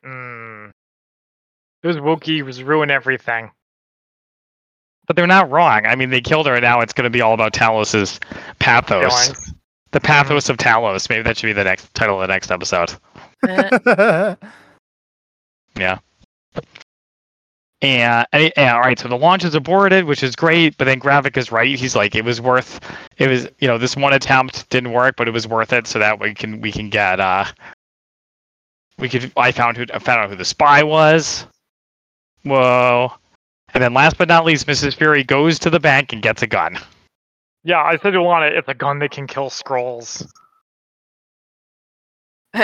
Speaker 1: Mm. Those Wookiee was ruin everything.
Speaker 3: but they're not wrong. I mean, they killed her, and now it's going to be all about Talos's pathos.
Speaker 1: Feelings.
Speaker 3: The pathos of Talos. Maybe that should be the next title of the next episode.
Speaker 4: Eh,
Speaker 3: Mm-hmm. And, and, and- all right, so the launch is aborted, which is great. But then Gravik is right. He's like, it was worth. It was you know this one attempt didn't work, but it was worth it. So that we can we can get uh we could I found who I found out who the spy was. Whoa. And then last but not least, Mrs. Fury goes to the bank and gets a gun.
Speaker 1: Yeah, I said you want it. It's a gun that can kill scrolls.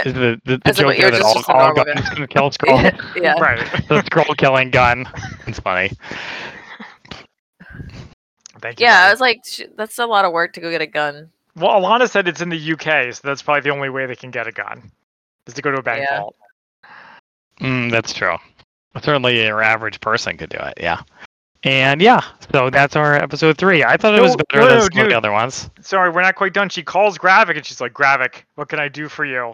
Speaker 3: Is The, the, the
Speaker 4: As if
Speaker 3: joke
Speaker 4: it were
Speaker 3: here that
Speaker 4: just-
Speaker 3: all,
Speaker 4: just a
Speaker 3: all
Speaker 4: normal
Speaker 3: guns can kill scrolls.
Speaker 4: yeah, yeah.
Speaker 1: Right.
Speaker 3: the scroll killing gun. It's funny.
Speaker 1: Thank you.
Speaker 4: Yeah, I
Speaker 1: buddy.
Speaker 4: was like, sh- that's a lot of work to go get a gun.
Speaker 1: Well, Alana said it's in the UK, so that's probably the only way they can get a gun is to go to a bank
Speaker 4: Yeah.
Speaker 1: vault.
Speaker 3: Mm, that's true. Certainly, your average person could do it. Yeah. And yeah, so that's our episode three. I thought it was
Speaker 1: No,
Speaker 3: better
Speaker 1: no,
Speaker 3: than
Speaker 1: no,
Speaker 3: some of
Speaker 1: dude.
Speaker 3: the other ones.
Speaker 1: Sorry, we're not quite done. She calls Gravik and she's like, Gravik, what can I do for you?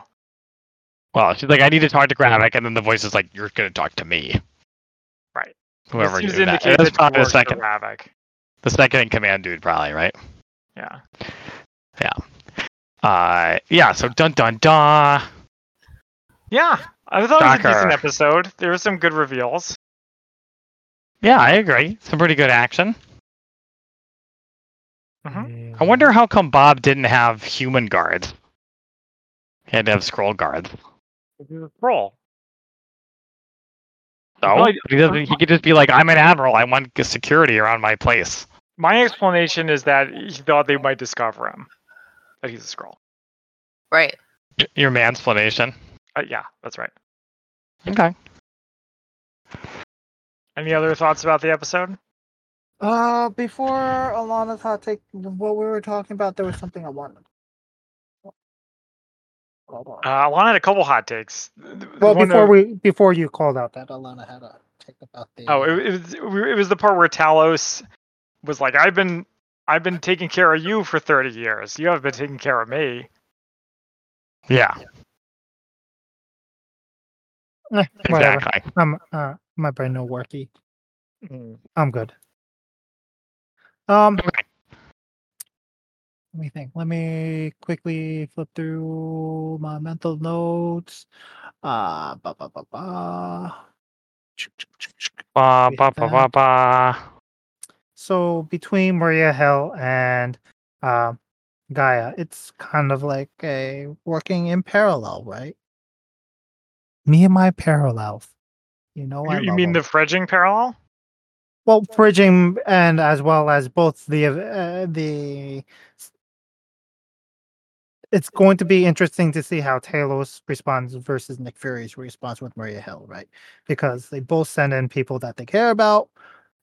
Speaker 3: Well, she's like, I need to talk to Gravik, and then the voice is like, You're going to talk to me.
Speaker 1: Right. This
Speaker 3: Whoever knew
Speaker 1: seems to
Speaker 3: that.
Speaker 1: indicate
Speaker 3: That's
Speaker 1: that she
Speaker 3: probably the
Speaker 1: works for
Speaker 3: second,
Speaker 1: Gravik.
Speaker 3: the second in command dude, probably, right?
Speaker 1: Yeah.
Speaker 3: Uh, yeah. So dun dun dun.
Speaker 1: Yeah. I thought it was a
Speaker 3: Shocker.
Speaker 1: decent episode. There were some good reveals.
Speaker 3: Yeah, I agree. Some pretty good action. I wonder how come Bob didn't have human guards. He had to have scroll guards.
Speaker 1: Roll.
Speaker 3: So
Speaker 1: Well, I-
Speaker 3: he doesn't. He could just be like, "I'm an admiral. I want g- security around my place."
Speaker 1: My explanation is that he thought they might discover him. That he's a scroll.
Speaker 4: Right.
Speaker 3: Y- Your mansplanation.
Speaker 1: Uh, yeah, that's right.
Speaker 3: Okay.
Speaker 1: Any other thoughts about the episode?
Speaker 2: uh, before Alana's hot take, what we were talking about, there was something I wanted. Hold on.
Speaker 1: Uh, Alana had a couple hot takes. The- the
Speaker 2: well,
Speaker 1: one
Speaker 2: before
Speaker 1: of-
Speaker 2: we before you called out that Alana had a take about the. eh,
Speaker 1: Oh, it, it was it was the part where Talos was like, "I've been I've been taking care of you for thirty years. You have been taking care of me."
Speaker 3: Yeah.
Speaker 2: Eh, whatever.
Speaker 3: Exactly.
Speaker 2: I'm uh, my brain no worky.
Speaker 1: Mm.
Speaker 2: I'm good. Um,
Speaker 3: Okay.
Speaker 2: let me think. Let me quickly flip through my mental notes. Uh, ba ba ba ba.
Speaker 3: Ba
Speaker 2: We
Speaker 3: ba ba ba
Speaker 2: have-
Speaker 3: ba.
Speaker 2: So between Maria Hill and uh, Gaia, it's kind of like a working in parallel, right? Me and my parallels. You know, Oh, I
Speaker 1: You, you
Speaker 2: love
Speaker 1: mean
Speaker 2: 'em.
Speaker 1: the fridging parallel?
Speaker 2: well bridging and as well as both the uh, the it's going to be interesting to see how Talos responds versus Nick Fury's response with Maria Hill, right? Because they both send in people that they care about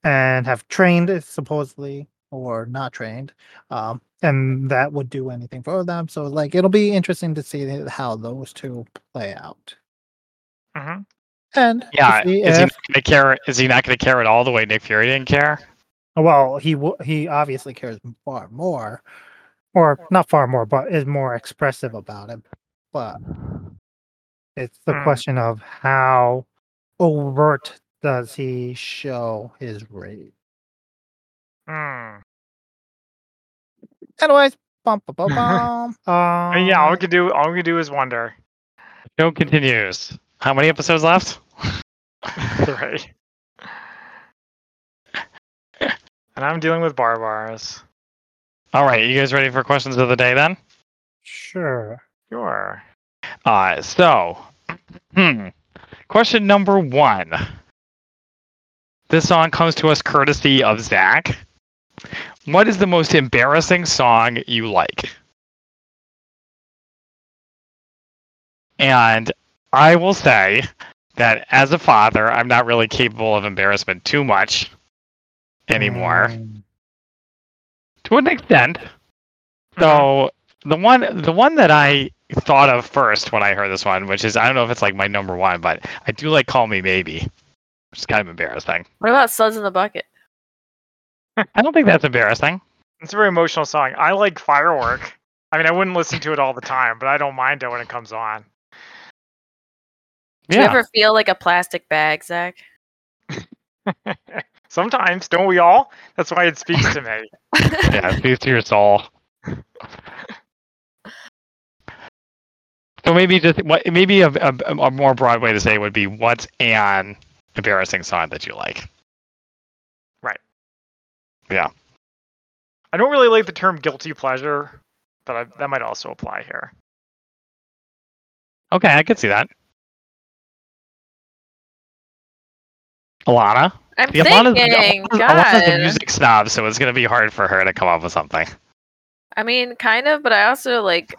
Speaker 2: and have trained, supposedly, or not trained, um, and that would do anything for them. So, like, it'll be interesting to see how those two play out.
Speaker 1: Mhm.
Speaker 2: And to
Speaker 3: Yeah.
Speaker 2: see
Speaker 3: Is he
Speaker 2: if-
Speaker 3: not gonna care? Is he not gonna care at all the way Nick Fury didn't care?
Speaker 2: Oh, Well, he wo- he obviously cares far more, or not far more, but is more expressive about it. But it's the
Speaker 1: Hmm.
Speaker 2: question of how overt does he show his rage?
Speaker 1: Mm.
Speaker 2: Anyways, bum, bum, bum, bum.
Speaker 1: I mean, Uh, yeah, all
Speaker 2: um,
Speaker 1: we can do all we can do is wonder.
Speaker 3: Show continues. How many episodes left?
Speaker 1: right. and I'm dealing with barbaras.
Speaker 3: All right. You guys ready for questions of the day then?
Speaker 2: sure.
Speaker 1: Sure.
Speaker 3: Uh, so, hmm, question number one. This song comes to us courtesy of Zach. What is the most embarrassing song you like? And I will say that as a father, I'm not really capable of embarrassment too much anymore
Speaker 2: Mm.
Speaker 3: to an extent. So the one the one that I thought of first when I heard this one, which is I don't know if it's like my number one, but I do like Call Me Maybe, which is kind of embarrassing.
Speaker 4: What about Suds in the Bucket?
Speaker 3: I don't think that's embarrassing.
Speaker 1: It's a very emotional song. I like Firework. I mean, I wouldn't listen to it all the time, but I don't mind it when it comes on.
Speaker 4: Do you ever feel like a plastic bag, Zach?
Speaker 1: Sometimes, don't we all? That's why it speaks to me.
Speaker 3: yeah, it speaks to your soul. So maybe just what maybe a, a, a more broad way to say it would be what's an embarrassing song that you like?
Speaker 1: I don't really like the term guilty pleasure, but I, that might also apply here.
Speaker 3: Okay, I could see that. Alana,
Speaker 4: I'm
Speaker 3: Yeah, Alana's,
Speaker 4: thinking,
Speaker 3: Alana's, Alana's a
Speaker 4: God.
Speaker 3: music snob, so it's gonna be hard for her to come up with something.
Speaker 4: I mean, kind of, but I also like,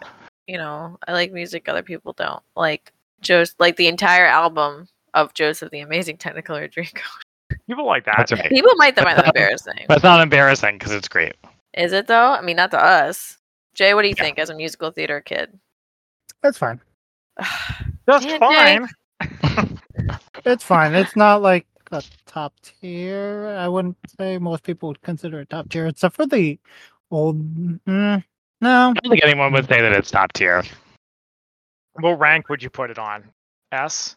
Speaker 4: you know, I like music other people don't. Like Joe's, like the entire album of Joseph the Amazing Technicolor Dreamcoat.
Speaker 1: People like that.
Speaker 3: That's right.
Speaker 4: People might find that
Speaker 3: But-
Speaker 4: embarrassing.
Speaker 3: But it's not embarrassing because it's great.
Speaker 4: Is it though? I mean, not to us. Jay, what do you
Speaker 3: Yeah.
Speaker 4: think as a musical theater kid?
Speaker 2: That's fine.
Speaker 1: That's
Speaker 4: Yeah,
Speaker 1: fine.
Speaker 2: It's fine. It's not like a top tier. I wouldn't say most people would consider it top tier, except for the old. Mm, no,
Speaker 3: I don't think anyone would say that it's top tier.
Speaker 1: What rank would you put it on? S?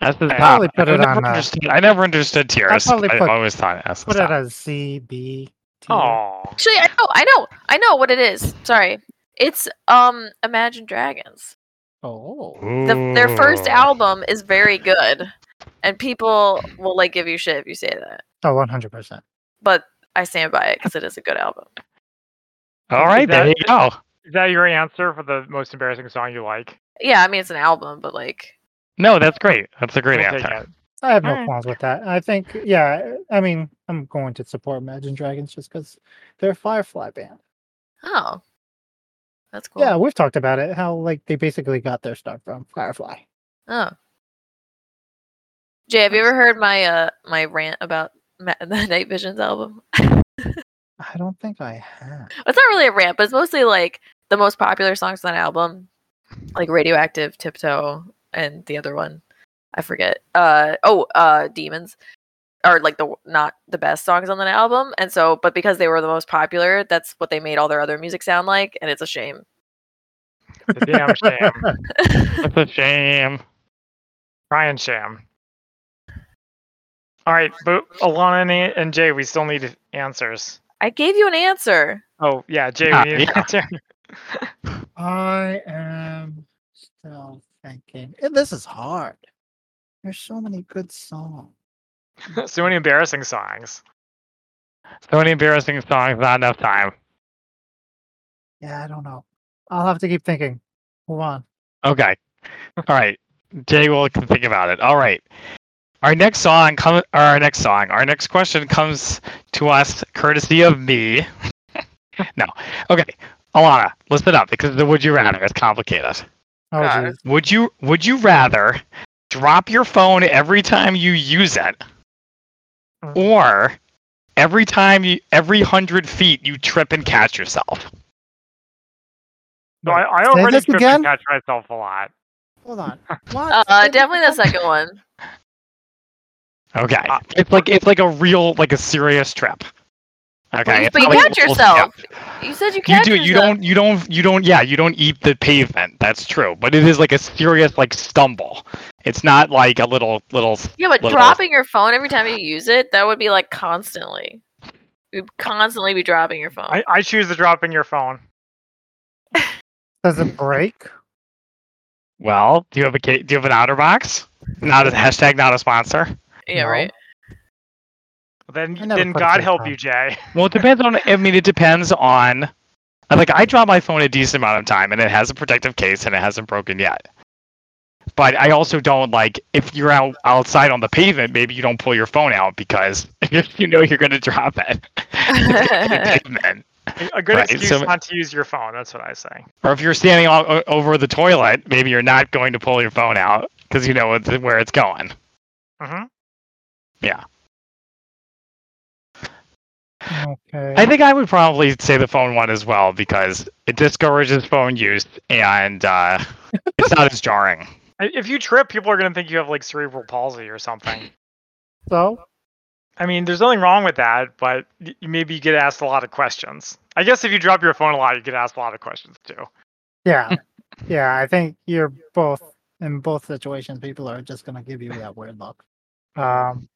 Speaker 3: That's the
Speaker 1: I
Speaker 3: top.
Speaker 2: probably put it
Speaker 3: never
Speaker 2: on, uh,
Speaker 3: understood, I never understood tiers.
Speaker 2: probably
Speaker 3: I
Speaker 2: put-
Speaker 3: always thought S.
Speaker 2: put
Speaker 3: was
Speaker 2: it
Speaker 3: top.
Speaker 2: as C B. tier.
Speaker 1: Oh,
Speaker 4: Actually, I know, I know, I know what it is. Sorry, it's um Imagine Dragons.
Speaker 2: Oh.
Speaker 4: The, their first
Speaker 3: Ooh.
Speaker 4: album is very good, and people will like give you shit if you say that.
Speaker 2: Oh, 100%.
Speaker 4: But I stand by it because it is a good album.
Speaker 3: All right, there you
Speaker 1: That-
Speaker 3: go.
Speaker 1: Is that your answer for the most embarrassing song you like?
Speaker 4: Yeah, I mean it's an album, but like
Speaker 3: No, that's great. That's a great
Speaker 1: We'll take
Speaker 3: answer.
Speaker 1: it.
Speaker 2: I have no
Speaker 1: Alright.
Speaker 2: qualms with that. I think, yeah, I mean, I'm going to support Imagine Dragons just because they're a Firefly band.
Speaker 4: Oh, that's cool.
Speaker 2: Yeah, we've talked about it, how like they basically got their start from Firefly.
Speaker 4: Oh. Jay, have you ever heard my uh my rant about Ma- the Night Visions album?
Speaker 2: I don't think I have.
Speaker 4: It's not really a rant, but it's mostly like the most popular songs on that album, like Radioactive, Tiptoe, and the other one, I forget. Uh oh, uh Demons are like the not the best songs on that album, and so but because they were the most popular, that's what they made all their other music sound like, and it's a shame.
Speaker 1: The damn sham.
Speaker 3: That's a shame.
Speaker 1: Ryan Sham. All right, but Alana and A- and Jay, we still need answers.
Speaker 4: I gave you an answer.
Speaker 1: Oh, yeah, Jay,
Speaker 3: Ah,
Speaker 1: we need an
Speaker 3: yeah.
Speaker 1: answer.
Speaker 2: I am still thinking. Eh, This is hard. There's so many good songs.
Speaker 1: so many embarrassing songs.
Speaker 3: So many embarrassing songs, not enough time.
Speaker 2: Yeah, I don't know. I'll have to keep thinking. Hold on.
Speaker 3: Okay. All right. Jay will can think about it. All right. Our next song comes. Our next song. Our next question comes to us courtesy of me. no. Okay. Alana, listen up because the would you rather is complicated.
Speaker 2: Oh,
Speaker 4: God.
Speaker 2: geez.
Speaker 3: Would you would you rather drop your phone every time you use it, or every time you every hundred feet you trip and catch yourself?
Speaker 1: So I, I
Speaker 2: Say
Speaker 1: already
Speaker 2: this
Speaker 1: trip
Speaker 2: again?
Speaker 1: and catch myself a lot.
Speaker 2: Hold on. What?
Speaker 4: Uh,
Speaker 2: Say this
Speaker 4: definitely the
Speaker 2: again?
Speaker 4: second one.
Speaker 3: Okay,
Speaker 1: Uh,
Speaker 3: it's like it's like a real like a serious trip. Okay,
Speaker 4: you-
Speaker 3: it's
Speaker 4: but you
Speaker 3: not like
Speaker 4: catch
Speaker 3: a little
Speaker 4: yourself.
Speaker 3: step.
Speaker 4: You said you
Speaker 3: You
Speaker 4: catch
Speaker 3: do. You
Speaker 4: yourself.
Speaker 3: don't. You don't. You don't. Yeah. You don't eat the pavement. That's true. But it is like a serious like stumble. It's not like a little little.
Speaker 4: Yeah, but
Speaker 3: little-
Speaker 4: dropping your phone every time you use it, that would be like constantly. You'd constantly be dropping your phone.
Speaker 1: I, I choose to drop in your phone.
Speaker 2: Does it break?
Speaker 3: Well, do you have a ca- do you have an outer box? Not a hashtag. Not a sponsor.
Speaker 4: yeah,
Speaker 2: no.
Speaker 4: right.
Speaker 1: Then,
Speaker 2: I never
Speaker 1: then
Speaker 2: put it to
Speaker 1: God
Speaker 2: the
Speaker 1: help
Speaker 2: phone.
Speaker 1: you, Jay.
Speaker 3: Well, it depends on. I mean, it depends on. Like, I drop my phone a decent amount of time, and it has a protective case, and it hasn't broken yet. But I also don't like if you're out outside on the pavement. Maybe you don't pull your phone out because you know you're going to drop it. It's on the pavement.
Speaker 1: A- A good
Speaker 3: Right,
Speaker 1: excuse
Speaker 3: so-
Speaker 1: not to use your phone. That's what I say.
Speaker 3: Or if you're standing all, o- over the toilet, maybe you're not going to pull your phone out. because you know it's, where it's going.
Speaker 1: Mm-hmm.
Speaker 2: Okay.
Speaker 3: I think I would probably say the phone one as well because it discourages phone use and uh, it's not as jarring.
Speaker 1: If you trip, people are gonna think you have like cerebral palsy or something.
Speaker 2: so
Speaker 1: I mean, there's nothing wrong with that, but y- maybe you get asked a lot of questions. I guess if you drop your phone a lot, you get asked a lot of questions too.
Speaker 2: yeah, yeah. I think you're both in both situations. People are just gonna give you that weird look. Um,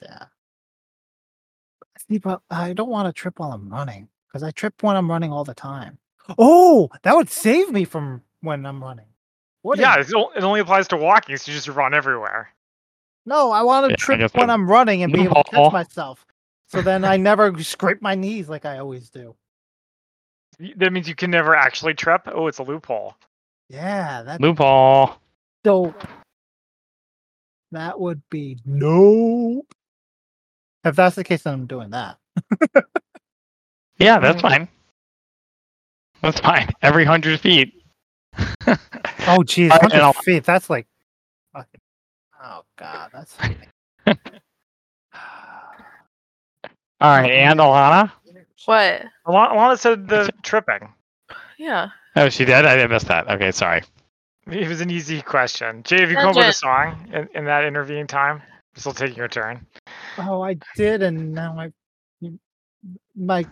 Speaker 2: yeah. See, but I don't want to trip while I'm running because I trip when I'm running all the time. Oh, that would save me from when I'm running. What?
Speaker 1: yeah,
Speaker 2: is-
Speaker 1: it's o- it only applies to walking, so you just run everywhere.
Speaker 2: No, I want to
Speaker 3: Yeah, I guess
Speaker 2: trip when
Speaker 3: I-
Speaker 2: I'm running and be able to
Speaker 3: No.
Speaker 2: catch myself. So then I never scrape my knees like I always do.
Speaker 1: Y- That means you can never actually trip. Oh, it's a loophole.
Speaker 2: Yeah, that's
Speaker 3: Loophole.
Speaker 2: dope. That would be nope. If that's the case, then I'm doing that.
Speaker 3: Yeah, that's
Speaker 1: Mm.
Speaker 3: fine. That's fine. Every hundred feet.
Speaker 2: Oh, geez,
Speaker 3: I- and
Speaker 2: 100
Speaker 3: I'll-
Speaker 2: feet. That's like, fucking- oh god, that's.
Speaker 3: All right, and Alana.
Speaker 4: What?
Speaker 1: Alana, Alana said the tripping.
Speaker 4: Yeah.
Speaker 3: Oh, she did. I missed that. Okay, sorry.
Speaker 1: It was an easy question. Jay, have you come up with a
Speaker 4: Tangent.
Speaker 1: song in, in that intervening time? You're Still taking your turn.
Speaker 2: oh, I did, and now I, you- my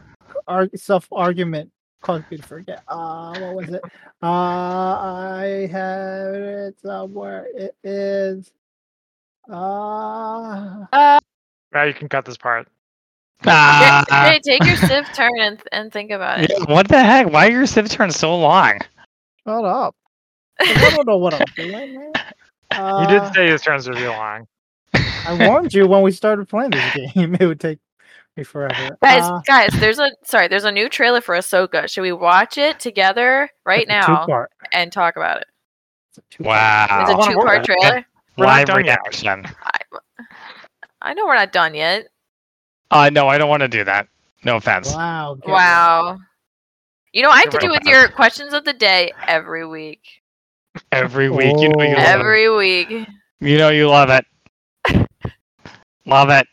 Speaker 2: arg- self argument caused me to forget. Uh, what was it? Uh, I have it somewhere. It is. Uh,
Speaker 4: Uh,
Speaker 1: Right, you can cut this part.
Speaker 3: Ah,
Speaker 4: Jay, Jay, take your civ turn and, and think about it.
Speaker 3: yeah, what the heck? Why are your civ turns so long?
Speaker 2: shut up! 'cause I don't know what I'm doing. man.
Speaker 1: You
Speaker 2: Uh,
Speaker 1: did say his turns would be long.
Speaker 2: I warned you when we started playing this game. It would take me forever.
Speaker 4: Guys,
Speaker 2: Uh,
Speaker 4: guys, there's a sorry, there's a new trailer for Ahsoka. Should we watch it together right
Speaker 2: that's a
Speaker 4: now
Speaker 2: two-part-
Speaker 4: and talk about it?
Speaker 2: that's a two-part.
Speaker 3: Wow.
Speaker 4: It's
Speaker 1: I
Speaker 4: a
Speaker 1: wanna
Speaker 4: two
Speaker 1: watch
Speaker 4: part
Speaker 3: it.
Speaker 4: trailer.
Speaker 1: We're not
Speaker 3: Live
Speaker 1: done yet.
Speaker 3: reaction.
Speaker 4: I, I know we're not done yet.
Speaker 3: Uh, no, I don't want to do that. No offense.
Speaker 2: Wow. get real.
Speaker 4: Wow. You know, I have to
Speaker 3: Right.
Speaker 4: do with your questions of the day every week.
Speaker 3: Every week, you know you love it.
Speaker 4: Every week.
Speaker 3: You know you love it. love it.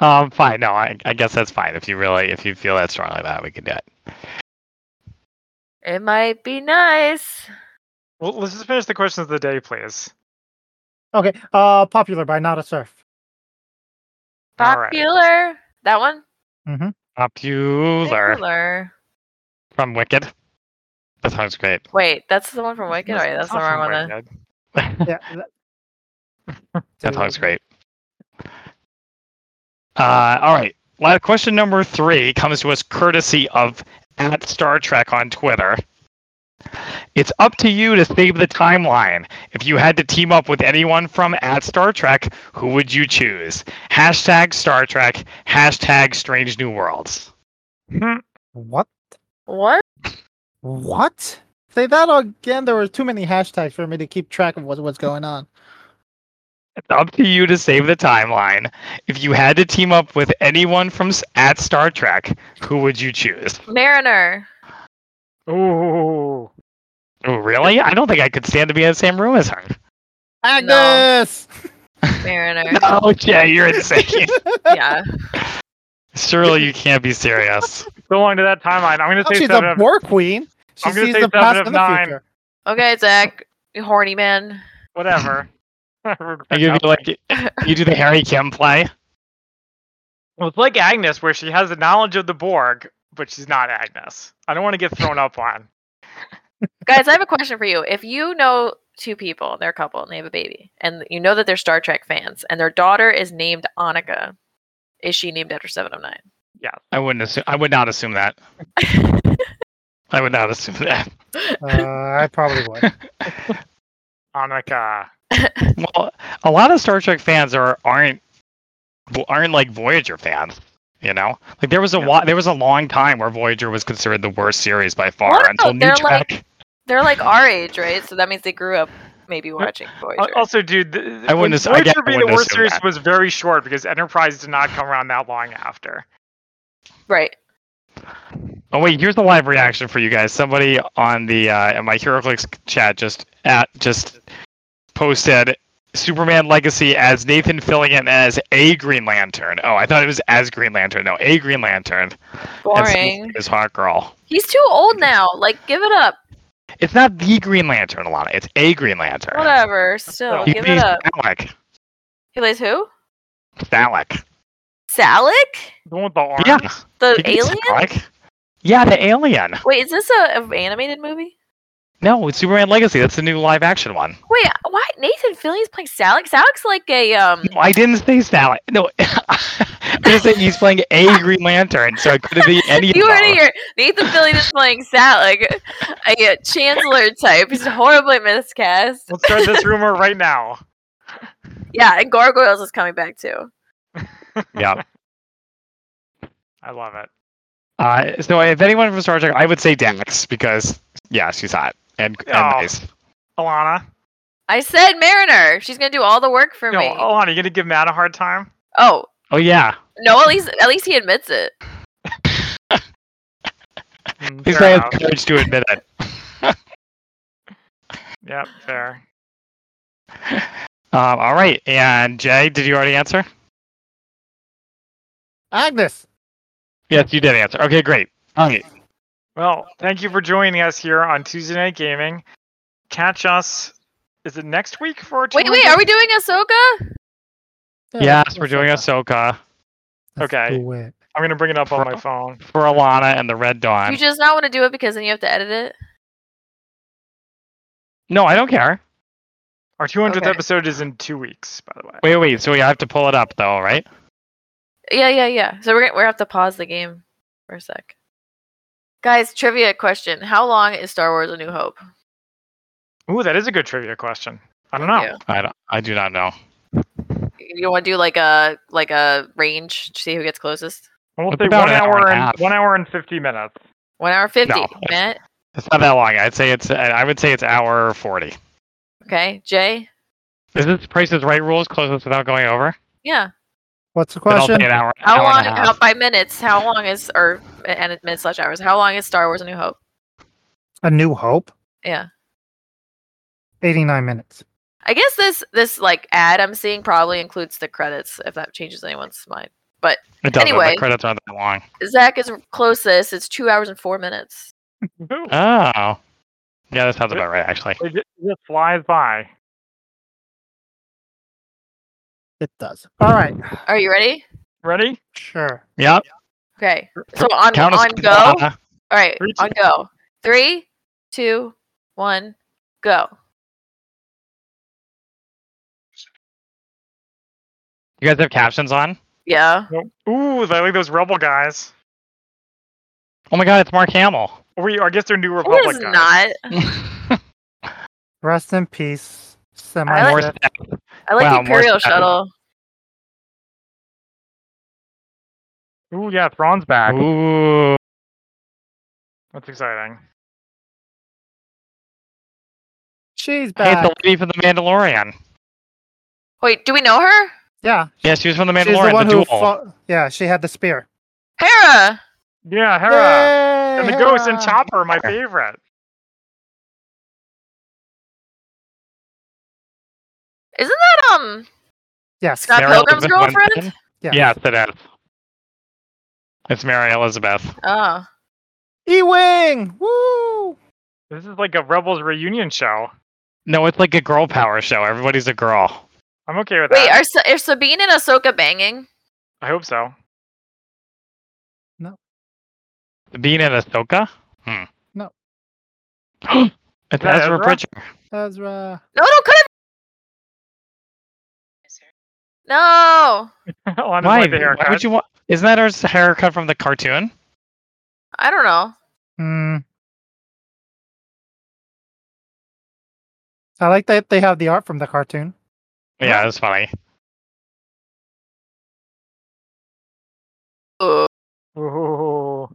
Speaker 3: um, fine. No, I, I guess that's fine. If you really, if you feel that strongly about it, we can do it.
Speaker 4: It might be nice.
Speaker 1: Well, let's just finish the questions of the day, please.
Speaker 2: Okay. Uh, popular by Not a Surf.
Speaker 1: All right.
Speaker 4: Popular. That one?
Speaker 3: Popular
Speaker 4: Popular.
Speaker 3: from Wicked. That sounds great.
Speaker 4: Wait, that's the one from Oh, Wicked? Wait, that's the
Speaker 1: not
Speaker 4: wrong
Speaker 1: from
Speaker 4: one.
Speaker 1: Wicked.
Speaker 3: that
Speaker 2: Yeah. That,
Speaker 3: sounds
Speaker 2: Dude.
Speaker 3: great. Uh, all right. La- Question number three comes to us courtesy of at Star Trek on Twitter. It's up to you to save the timeline. If you had to team up with anyone from at Star Trek, who would you choose? Hashtag Star Trek, hashtag Strange New Worlds.
Speaker 1: Hmm.
Speaker 2: What?
Speaker 4: What?
Speaker 2: What? Say that again. There were too many hashtags for me to keep track of what, what's going on.
Speaker 3: It's up to you to save the timeline. If you had to team up with anyone from s- at Star Trek, who would you choose?
Speaker 4: Mariner.
Speaker 1: Ooh.
Speaker 3: Oh, really? I don't think I could stand to be in the same room as her.
Speaker 2: Agnes.
Speaker 4: Mariner.
Speaker 3: Oh, Jay, you're insane.
Speaker 4: yeah.
Speaker 3: Surely you can't be serious.
Speaker 1: So long to that timeline. I'm gonna say
Speaker 2: Oh, She's
Speaker 1: seven
Speaker 2: a
Speaker 1: of
Speaker 2: war queen. She
Speaker 1: I'm gonna
Speaker 2: sees
Speaker 1: say
Speaker 2: the
Speaker 1: seven
Speaker 2: past
Speaker 1: of
Speaker 2: and the
Speaker 1: nine.
Speaker 2: future.
Speaker 4: Okay, Zach. You horny man.
Speaker 1: whatever.
Speaker 3: You do like you do the Harry Kim play.
Speaker 1: Well, it's like Agnes, where she has the knowledge of the Borg, but she's not Agnes. I don't want to get thrown up on.
Speaker 4: Guys, I have a question for you. If you know two people, they're a couple and they have a baby, and you know that they're Star Trek fans, and their daughter is named Annika, is she named after Seven of Nine?
Speaker 3: I wouldn't assume. I would not assume that. I would not assume that.
Speaker 2: Uh, I probably would.
Speaker 1: Annika.
Speaker 3: Well, a lot of Star Trek fans are aren't aren't like Voyager fans. You know, like there was a
Speaker 1: Yeah.
Speaker 3: wa- there was a long time where Voyager was considered the worst series by far
Speaker 4: Wow,
Speaker 3: until New
Speaker 4: they're
Speaker 3: Trek.
Speaker 4: like- They're like our age, right? So that means they grew up maybe watching
Speaker 1: Al-
Speaker 4: Voyager.
Speaker 1: Also, dude, th- th-
Speaker 3: I wouldn't
Speaker 1: when
Speaker 3: ass- I guess
Speaker 1: Voyager
Speaker 3: I
Speaker 1: being the
Speaker 3: wouldn't
Speaker 1: worst
Speaker 3: assume
Speaker 1: series
Speaker 3: that.
Speaker 1: was very short because Enterprise did not come around that long after.
Speaker 4: Right.
Speaker 3: Oh wait, here's the live reaction for you guys. Somebody on the uh, in my HeroClix chat just at just posted Superman Legacy as Nathan filling in as a Green Lantern. Oh, I thought it was as Green Lantern. No, a Green Lantern.
Speaker 4: Boring.
Speaker 3: Is Hot Girl.
Speaker 4: He's too old now. Like, give it up.
Speaker 3: It's not the Green Lantern, Alana. It's a Green Lantern.
Speaker 4: Whatever. Still,
Speaker 3: He
Speaker 4: give it
Speaker 3: plays
Speaker 4: up.
Speaker 3: Salak.
Speaker 4: He plays who?
Speaker 3: Salak.
Speaker 4: Salik?
Speaker 1: The one with the arms.
Speaker 3: Yeah.
Speaker 4: The
Speaker 3: He plays
Speaker 4: alien?
Speaker 3: Salak. Yeah, the alien.
Speaker 4: Wait, is this a, a animated movie?
Speaker 3: No, it's Superman Legacy. That's the new live action one.
Speaker 4: Wait, why Nathan Fillion's playing Salik? Salik's like a um.
Speaker 3: No, I didn't say Salak. No, I just said he's playing a Green Lantern, so it could be any
Speaker 4: You
Speaker 3: of
Speaker 4: heard it
Speaker 3: them.
Speaker 4: here. Nathan Fillion is playing Salik, a uh, chancellor type. He's horribly miscast.
Speaker 1: Let's start this rumor right now.
Speaker 4: Yeah, and Gargoyles is coming back too.
Speaker 3: Yeah.
Speaker 1: I love it.
Speaker 3: Uh, so if anyone from Star Trek, I would say Dax because yeah, she's hot and, and
Speaker 4: Oh.
Speaker 1: Aw.
Speaker 3: nice.
Speaker 1: Alana.
Speaker 4: I said Mariner. She's gonna do all the work for
Speaker 1: No,
Speaker 4: me.
Speaker 1: Alana, you gonna give Matt a hard time?
Speaker 4: Oh
Speaker 3: Oh yeah,
Speaker 4: no, at least at least he admits it.
Speaker 1: Mm,
Speaker 3: he's
Speaker 1: fair
Speaker 3: not
Speaker 1: enough.
Speaker 3: courage to admit it.
Speaker 1: Yep, fair.
Speaker 3: Um, all right, and Jay, did you already answer?
Speaker 2: Agnes.
Speaker 3: Yes, you did answer. Okay, great. All right.
Speaker 1: Well, thank you for joining us here on Tuesday Night Gaming. Catch us. Is it next week for? a
Speaker 4: Wait,
Speaker 1: two-week
Speaker 4: wait, are we
Speaker 1: episode?
Speaker 4: doing Ahsoka?
Speaker 3: Yes, we're doing
Speaker 2: let's-
Speaker 3: Ahsoka
Speaker 2: let's
Speaker 1: Okay.
Speaker 2: do it.
Speaker 1: I'm gonna bring it up on my phone.
Speaker 3: for Alana and the Red Dawn.
Speaker 4: You just not want to do it because then you have to edit it.
Speaker 3: No, I don't care.
Speaker 1: Our 200th
Speaker 4: Okay.
Speaker 1: episode is in two weeks, by the way.
Speaker 3: Wait, wait. So we have to pull it up though, right?
Speaker 4: Yeah, yeah, yeah. So we're gonna, we're gonna have to pause the game for a sec. Guys, trivia question: How long is Star Wars: A New Hope?
Speaker 1: Ooh, that is a good trivia question. I don't know.
Speaker 4: Thank
Speaker 3: I don't. I do not know.
Speaker 4: You want to do like a like a range, to see who gets closest.
Speaker 1: We'll
Speaker 3: It's
Speaker 1: say
Speaker 3: about
Speaker 1: one
Speaker 3: an hour
Speaker 1: hour
Speaker 3: and a
Speaker 1: and
Speaker 3: half.
Speaker 1: one hour and fifty minutes.
Speaker 4: One hour fifty.
Speaker 3: No.
Speaker 4: Matt.
Speaker 3: It's not that long. I'd say it's. I would say it's hour forty.
Speaker 4: Okay, Jay.
Speaker 3: Is this Price is Right rules closest without going over?
Speaker 4: Yeah.
Speaker 2: What's the
Speaker 3: Then I'll say
Speaker 2: question?
Speaker 3: an hour.
Speaker 4: How
Speaker 3: hour
Speaker 4: long?
Speaker 3: And a half.
Speaker 4: How, by minutes? How long is or and it- minutes slash hours? How long is Star Wars: A New Hope?
Speaker 2: A New Hope.
Speaker 4: Yeah.
Speaker 2: 89 minutes.
Speaker 4: I guess this this like ad I'm seeing probably includes the credits. If that changes anyone's mind,
Speaker 3: It doesn't.
Speaker 4: Anyway.
Speaker 3: The credits aren't that long.
Speaker 4: Zach is closest. It's two hours and four minutes.
Speaker 1: Ooh,
Speaker 3: Oh. Yeah, that sounds about right, actually.
Speaker 1: it ju- it just flies by.
Speaker 2: It does. All right.
Speaker 4: Are you ready?
Speaker 1: Ready?
Speaker 2: Sure.
Speaker 3: Yep.
Speaker 4: Okay. So on
Speaker 3: Count us
Speaker 4: on
Speaker 3: down,
Speaker 4: go.
Speaker 3: Alana.
Speaker 4: All right,
Speaker 1: Three,
Speaker 4: on go. Three, two, one, go.
Speaker 3: You guys have captions on?
Speaker 4: Yeah.
Speaker 1: Nope. Ooh, I like those rebel guys.
Speaker 3: Oh my god, it's Mark Hamill.
Speaker 1: We, I guess they're New Republic
Speaker 4: It is
Speaker 1: guys.
Speaker 4: not.
Speaker 2: Rest in peace. Semi.
Speaker 3: More
Speaker 4: like-
Speaker 3: staff.
Speaker 4: I like
Speaker 3: Wow,
Speaker 4: the
Speaker 3: more
Speaker 4: Imperial
Speaker 3: stuff.
Speaker 4: shuttle.
Speaker 1: Ooh, yeah, Thrawn's back.
Speaker 3: Ooh.
Speaker 1: That's exciting.
Speaker 2: She's
Speaker 3: Hey, it's
Speaker 2: back.
Speaker 3: the lady from The Mandalorian.
Speaker 4: Wait, do we know her?
Speaker 2: Yeah.
Speaker 3: Yeah, she was from The
Speaker 2: She's the
Speaker 3: Mandalorian, the,
Speaker 2: one who
Speaker 3: duel.
Speaker 2: fought. Yeah, she had the spear.
Speaker 4: Hera.
Speaker 1: Yeah, Hera
Speaker 2: Yay,
Speaker 1: and the Ghost and
Speaker 2: Hera!
Speaker 1: Chopper, my favorite.
Speaker 4: Isn't that um?
Speaker 2: Yes.
Speaker 4: Scott-
Speaker 3: Mary
Speaker 4: Pilgrim's
Speaker 3: Elizabeth
Speaker 4: girlfriend?
Speaker 3: Winstead?
Speaker 2: Yes.
Speaker 3: Yes, it is. It's Mary Elizabeth.
Speaker 4: Oh,
Speaker 2: E-wing. Woo.
Speaker 1: This is like a Rebels reunion show.
Speaker 3: No, it's like a girl power show. Everybody's a girl.
Speaker 1: I'm okay with that.
Speaker 4: wait. Are, Sa- are Sabine and Ahsoka banging?
Speaker 1: I hope so.
Speaker 3: Being in Ahsoka? Hmm.
Speaker 2: No.
Speaker 3: it's
Speaker 1: that
Speaker 3: Ezra
Speaker 1: Ezra?
Speaker 3: Bridger.
Speaker 2: Ezra.
Speaker 4: No, no, could have. No,
Speaker 1: Alana's
Speaker 3: Why?
Speaker 1: like the
Speaker 3: Why
Speaker 1: haircut.
Speaker 3: would you want? Isn't that her haircut from the cartoon?
Speaker 4: I don't know.
Speaker 2: Mm. I like that they have the art from the cartoon.
Speaker 3: Yeah, that's funny.
Speaker 4: Ooh.
Speaker 1: Ooh.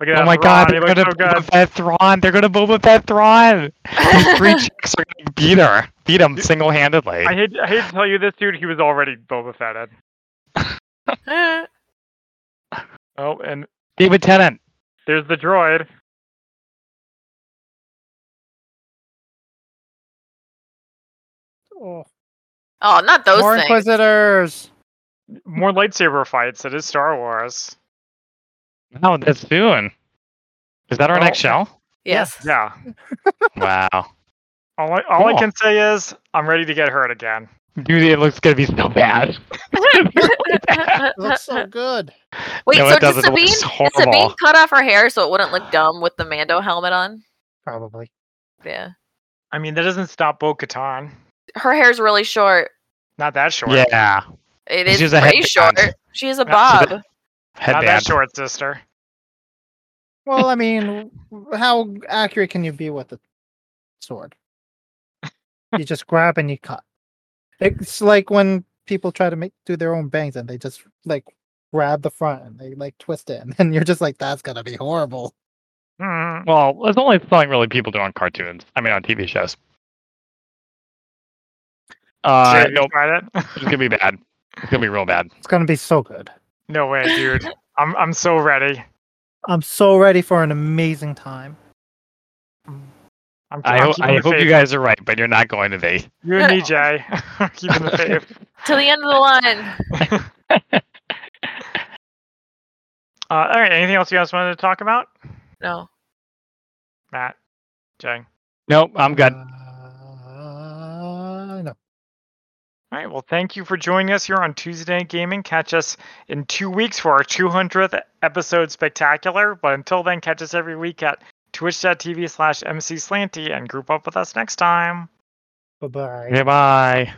Speaker 1: Look at
Speaker 3: Oh
Speaker 1: that
Speaker 3: my
Speaker 1: Thrawn,
Speaker 3: god,
Speaker 1: he
Speaker 3: they're
Speaker 1: looks
Speaker 3: gonna
Speaker 1: so
Speaker 3: Boba
Speaker 1: good.
Speaker 3: Fett Thrawn. They're gonna Boba Fett Thrawn. These three chicks are gonna beat her, beat him single handedly.
Speaker 1: I hate, I hate to tell you this, dude. He was already Boba Fetted.
Speaker 4: Eh.
Speaker 1: Oh, and
Speaker 3: David Tennant.
Speaker 1: Oh, There's the droid.
Speaker 2: Oh,
Speaker 4: Oh, not those
Speaker 2: more
Speaker 4: things.
Speaker 2: Inquisitors.
Speaker 1: More lightsaber fights. It is Star Wars.
Speaker 3: Wow, that's soon.
Speaker 1: Oh.
Speaker 3: Is that our next show?
Speaker 4: yes.
Speaker 1: Yeah.
Speaker 3: Wow.
Speaker 1: All I, all I
Speaker 3: Cool.
Speaker 1: can say is I'm ready to get hurt again.
Speaker 3: Dude, it looks gonna be so bad.
Speaker 2: It looks so good.
Speaker 4: Wait,
Speaker 3: No,
Speaker 4: so
Speaker 3: it
Speaker 4: did
Speaker 3: doesn't. It
Speaker 4: Sabine,
Speaker 3: looks
Speaker 4: did Sabine
Speaker 3: horrible.
Speaker 4: cut off her hair so it wouldn't look dumb with the Mando helmet on?
Speaker 2: Probably.
Speaker 4: Yeah.
Speaker 1: I mean, that doesn't stop Bo Katan.
Speaker 4: Her hair's really short.
Speaker 1: Not that short.
Speaker 3: Yeah.
Speaker 4: It
Speaker 3: She
Speaker 4: is
Speaker 3: has a
Speaker 4: pretty
Speaker 3: headband.
Speaker 4: short. She has a
Speaker 1: Yeah,
Speaker 3: she's
Speaker 4: bob.
Speaker 1: Not
Speaker 3: Headband.
Speaker 1: that short, sister.
Speaker 2: Well, I mean, how accurate can you be with a sword? You just grab and you cut. It's like when people try to make do their own bangs and they just like grab the front and they like twist it, and you're just like, that's gonna be horrible.
Speaker 1: Hmm.
Speaker 3: Well, there's only something really people do on cartoons. I mean, on TV shows. Uh,
Speaker 1: Serious
Speaker 3: nope,
Speaker 1: about it?
Speaker 3: it's gonna be bad. It's gonna be real bad.
Speaker 2: It's gonna be so good.
Speaker 1: No way, dude. I'm I'm so ready.
Speaker 2: I'm so ready for an amazing time.
Speaker 1: I'm,
Speaker 3: I,
Speaker 1: I'm
Speaker 3: ho-
Speaker 1: keeping
Speaker 3: I
Speaker 1: the
Speaker 3: hope
Speaker 1: faith.
Speaker 3: you guys are right, but you're not going to be.
Speaker 1: You and me, Jay. are keeping the faith.
Speaker 4: Till the end of the line.
Speaker 1: Uh, all right. Anything else you guys wanted to talk about,
Speaker 4: No.
Speaker 1: Matt, Jay? All
Speaker 3: Nope, I'm good.
Speaker 2: Uh, no.
Speaker 1: right. Well, thank you for joining us here on Tuesday Night Gaming. Catch us in two weeks for our 200th episode spectacular. But until then, catch us every week at twitch.tv slash mcslanty and group up with us next time.
Speaker 2: Bye bye.
Speaker 3: Goodbye.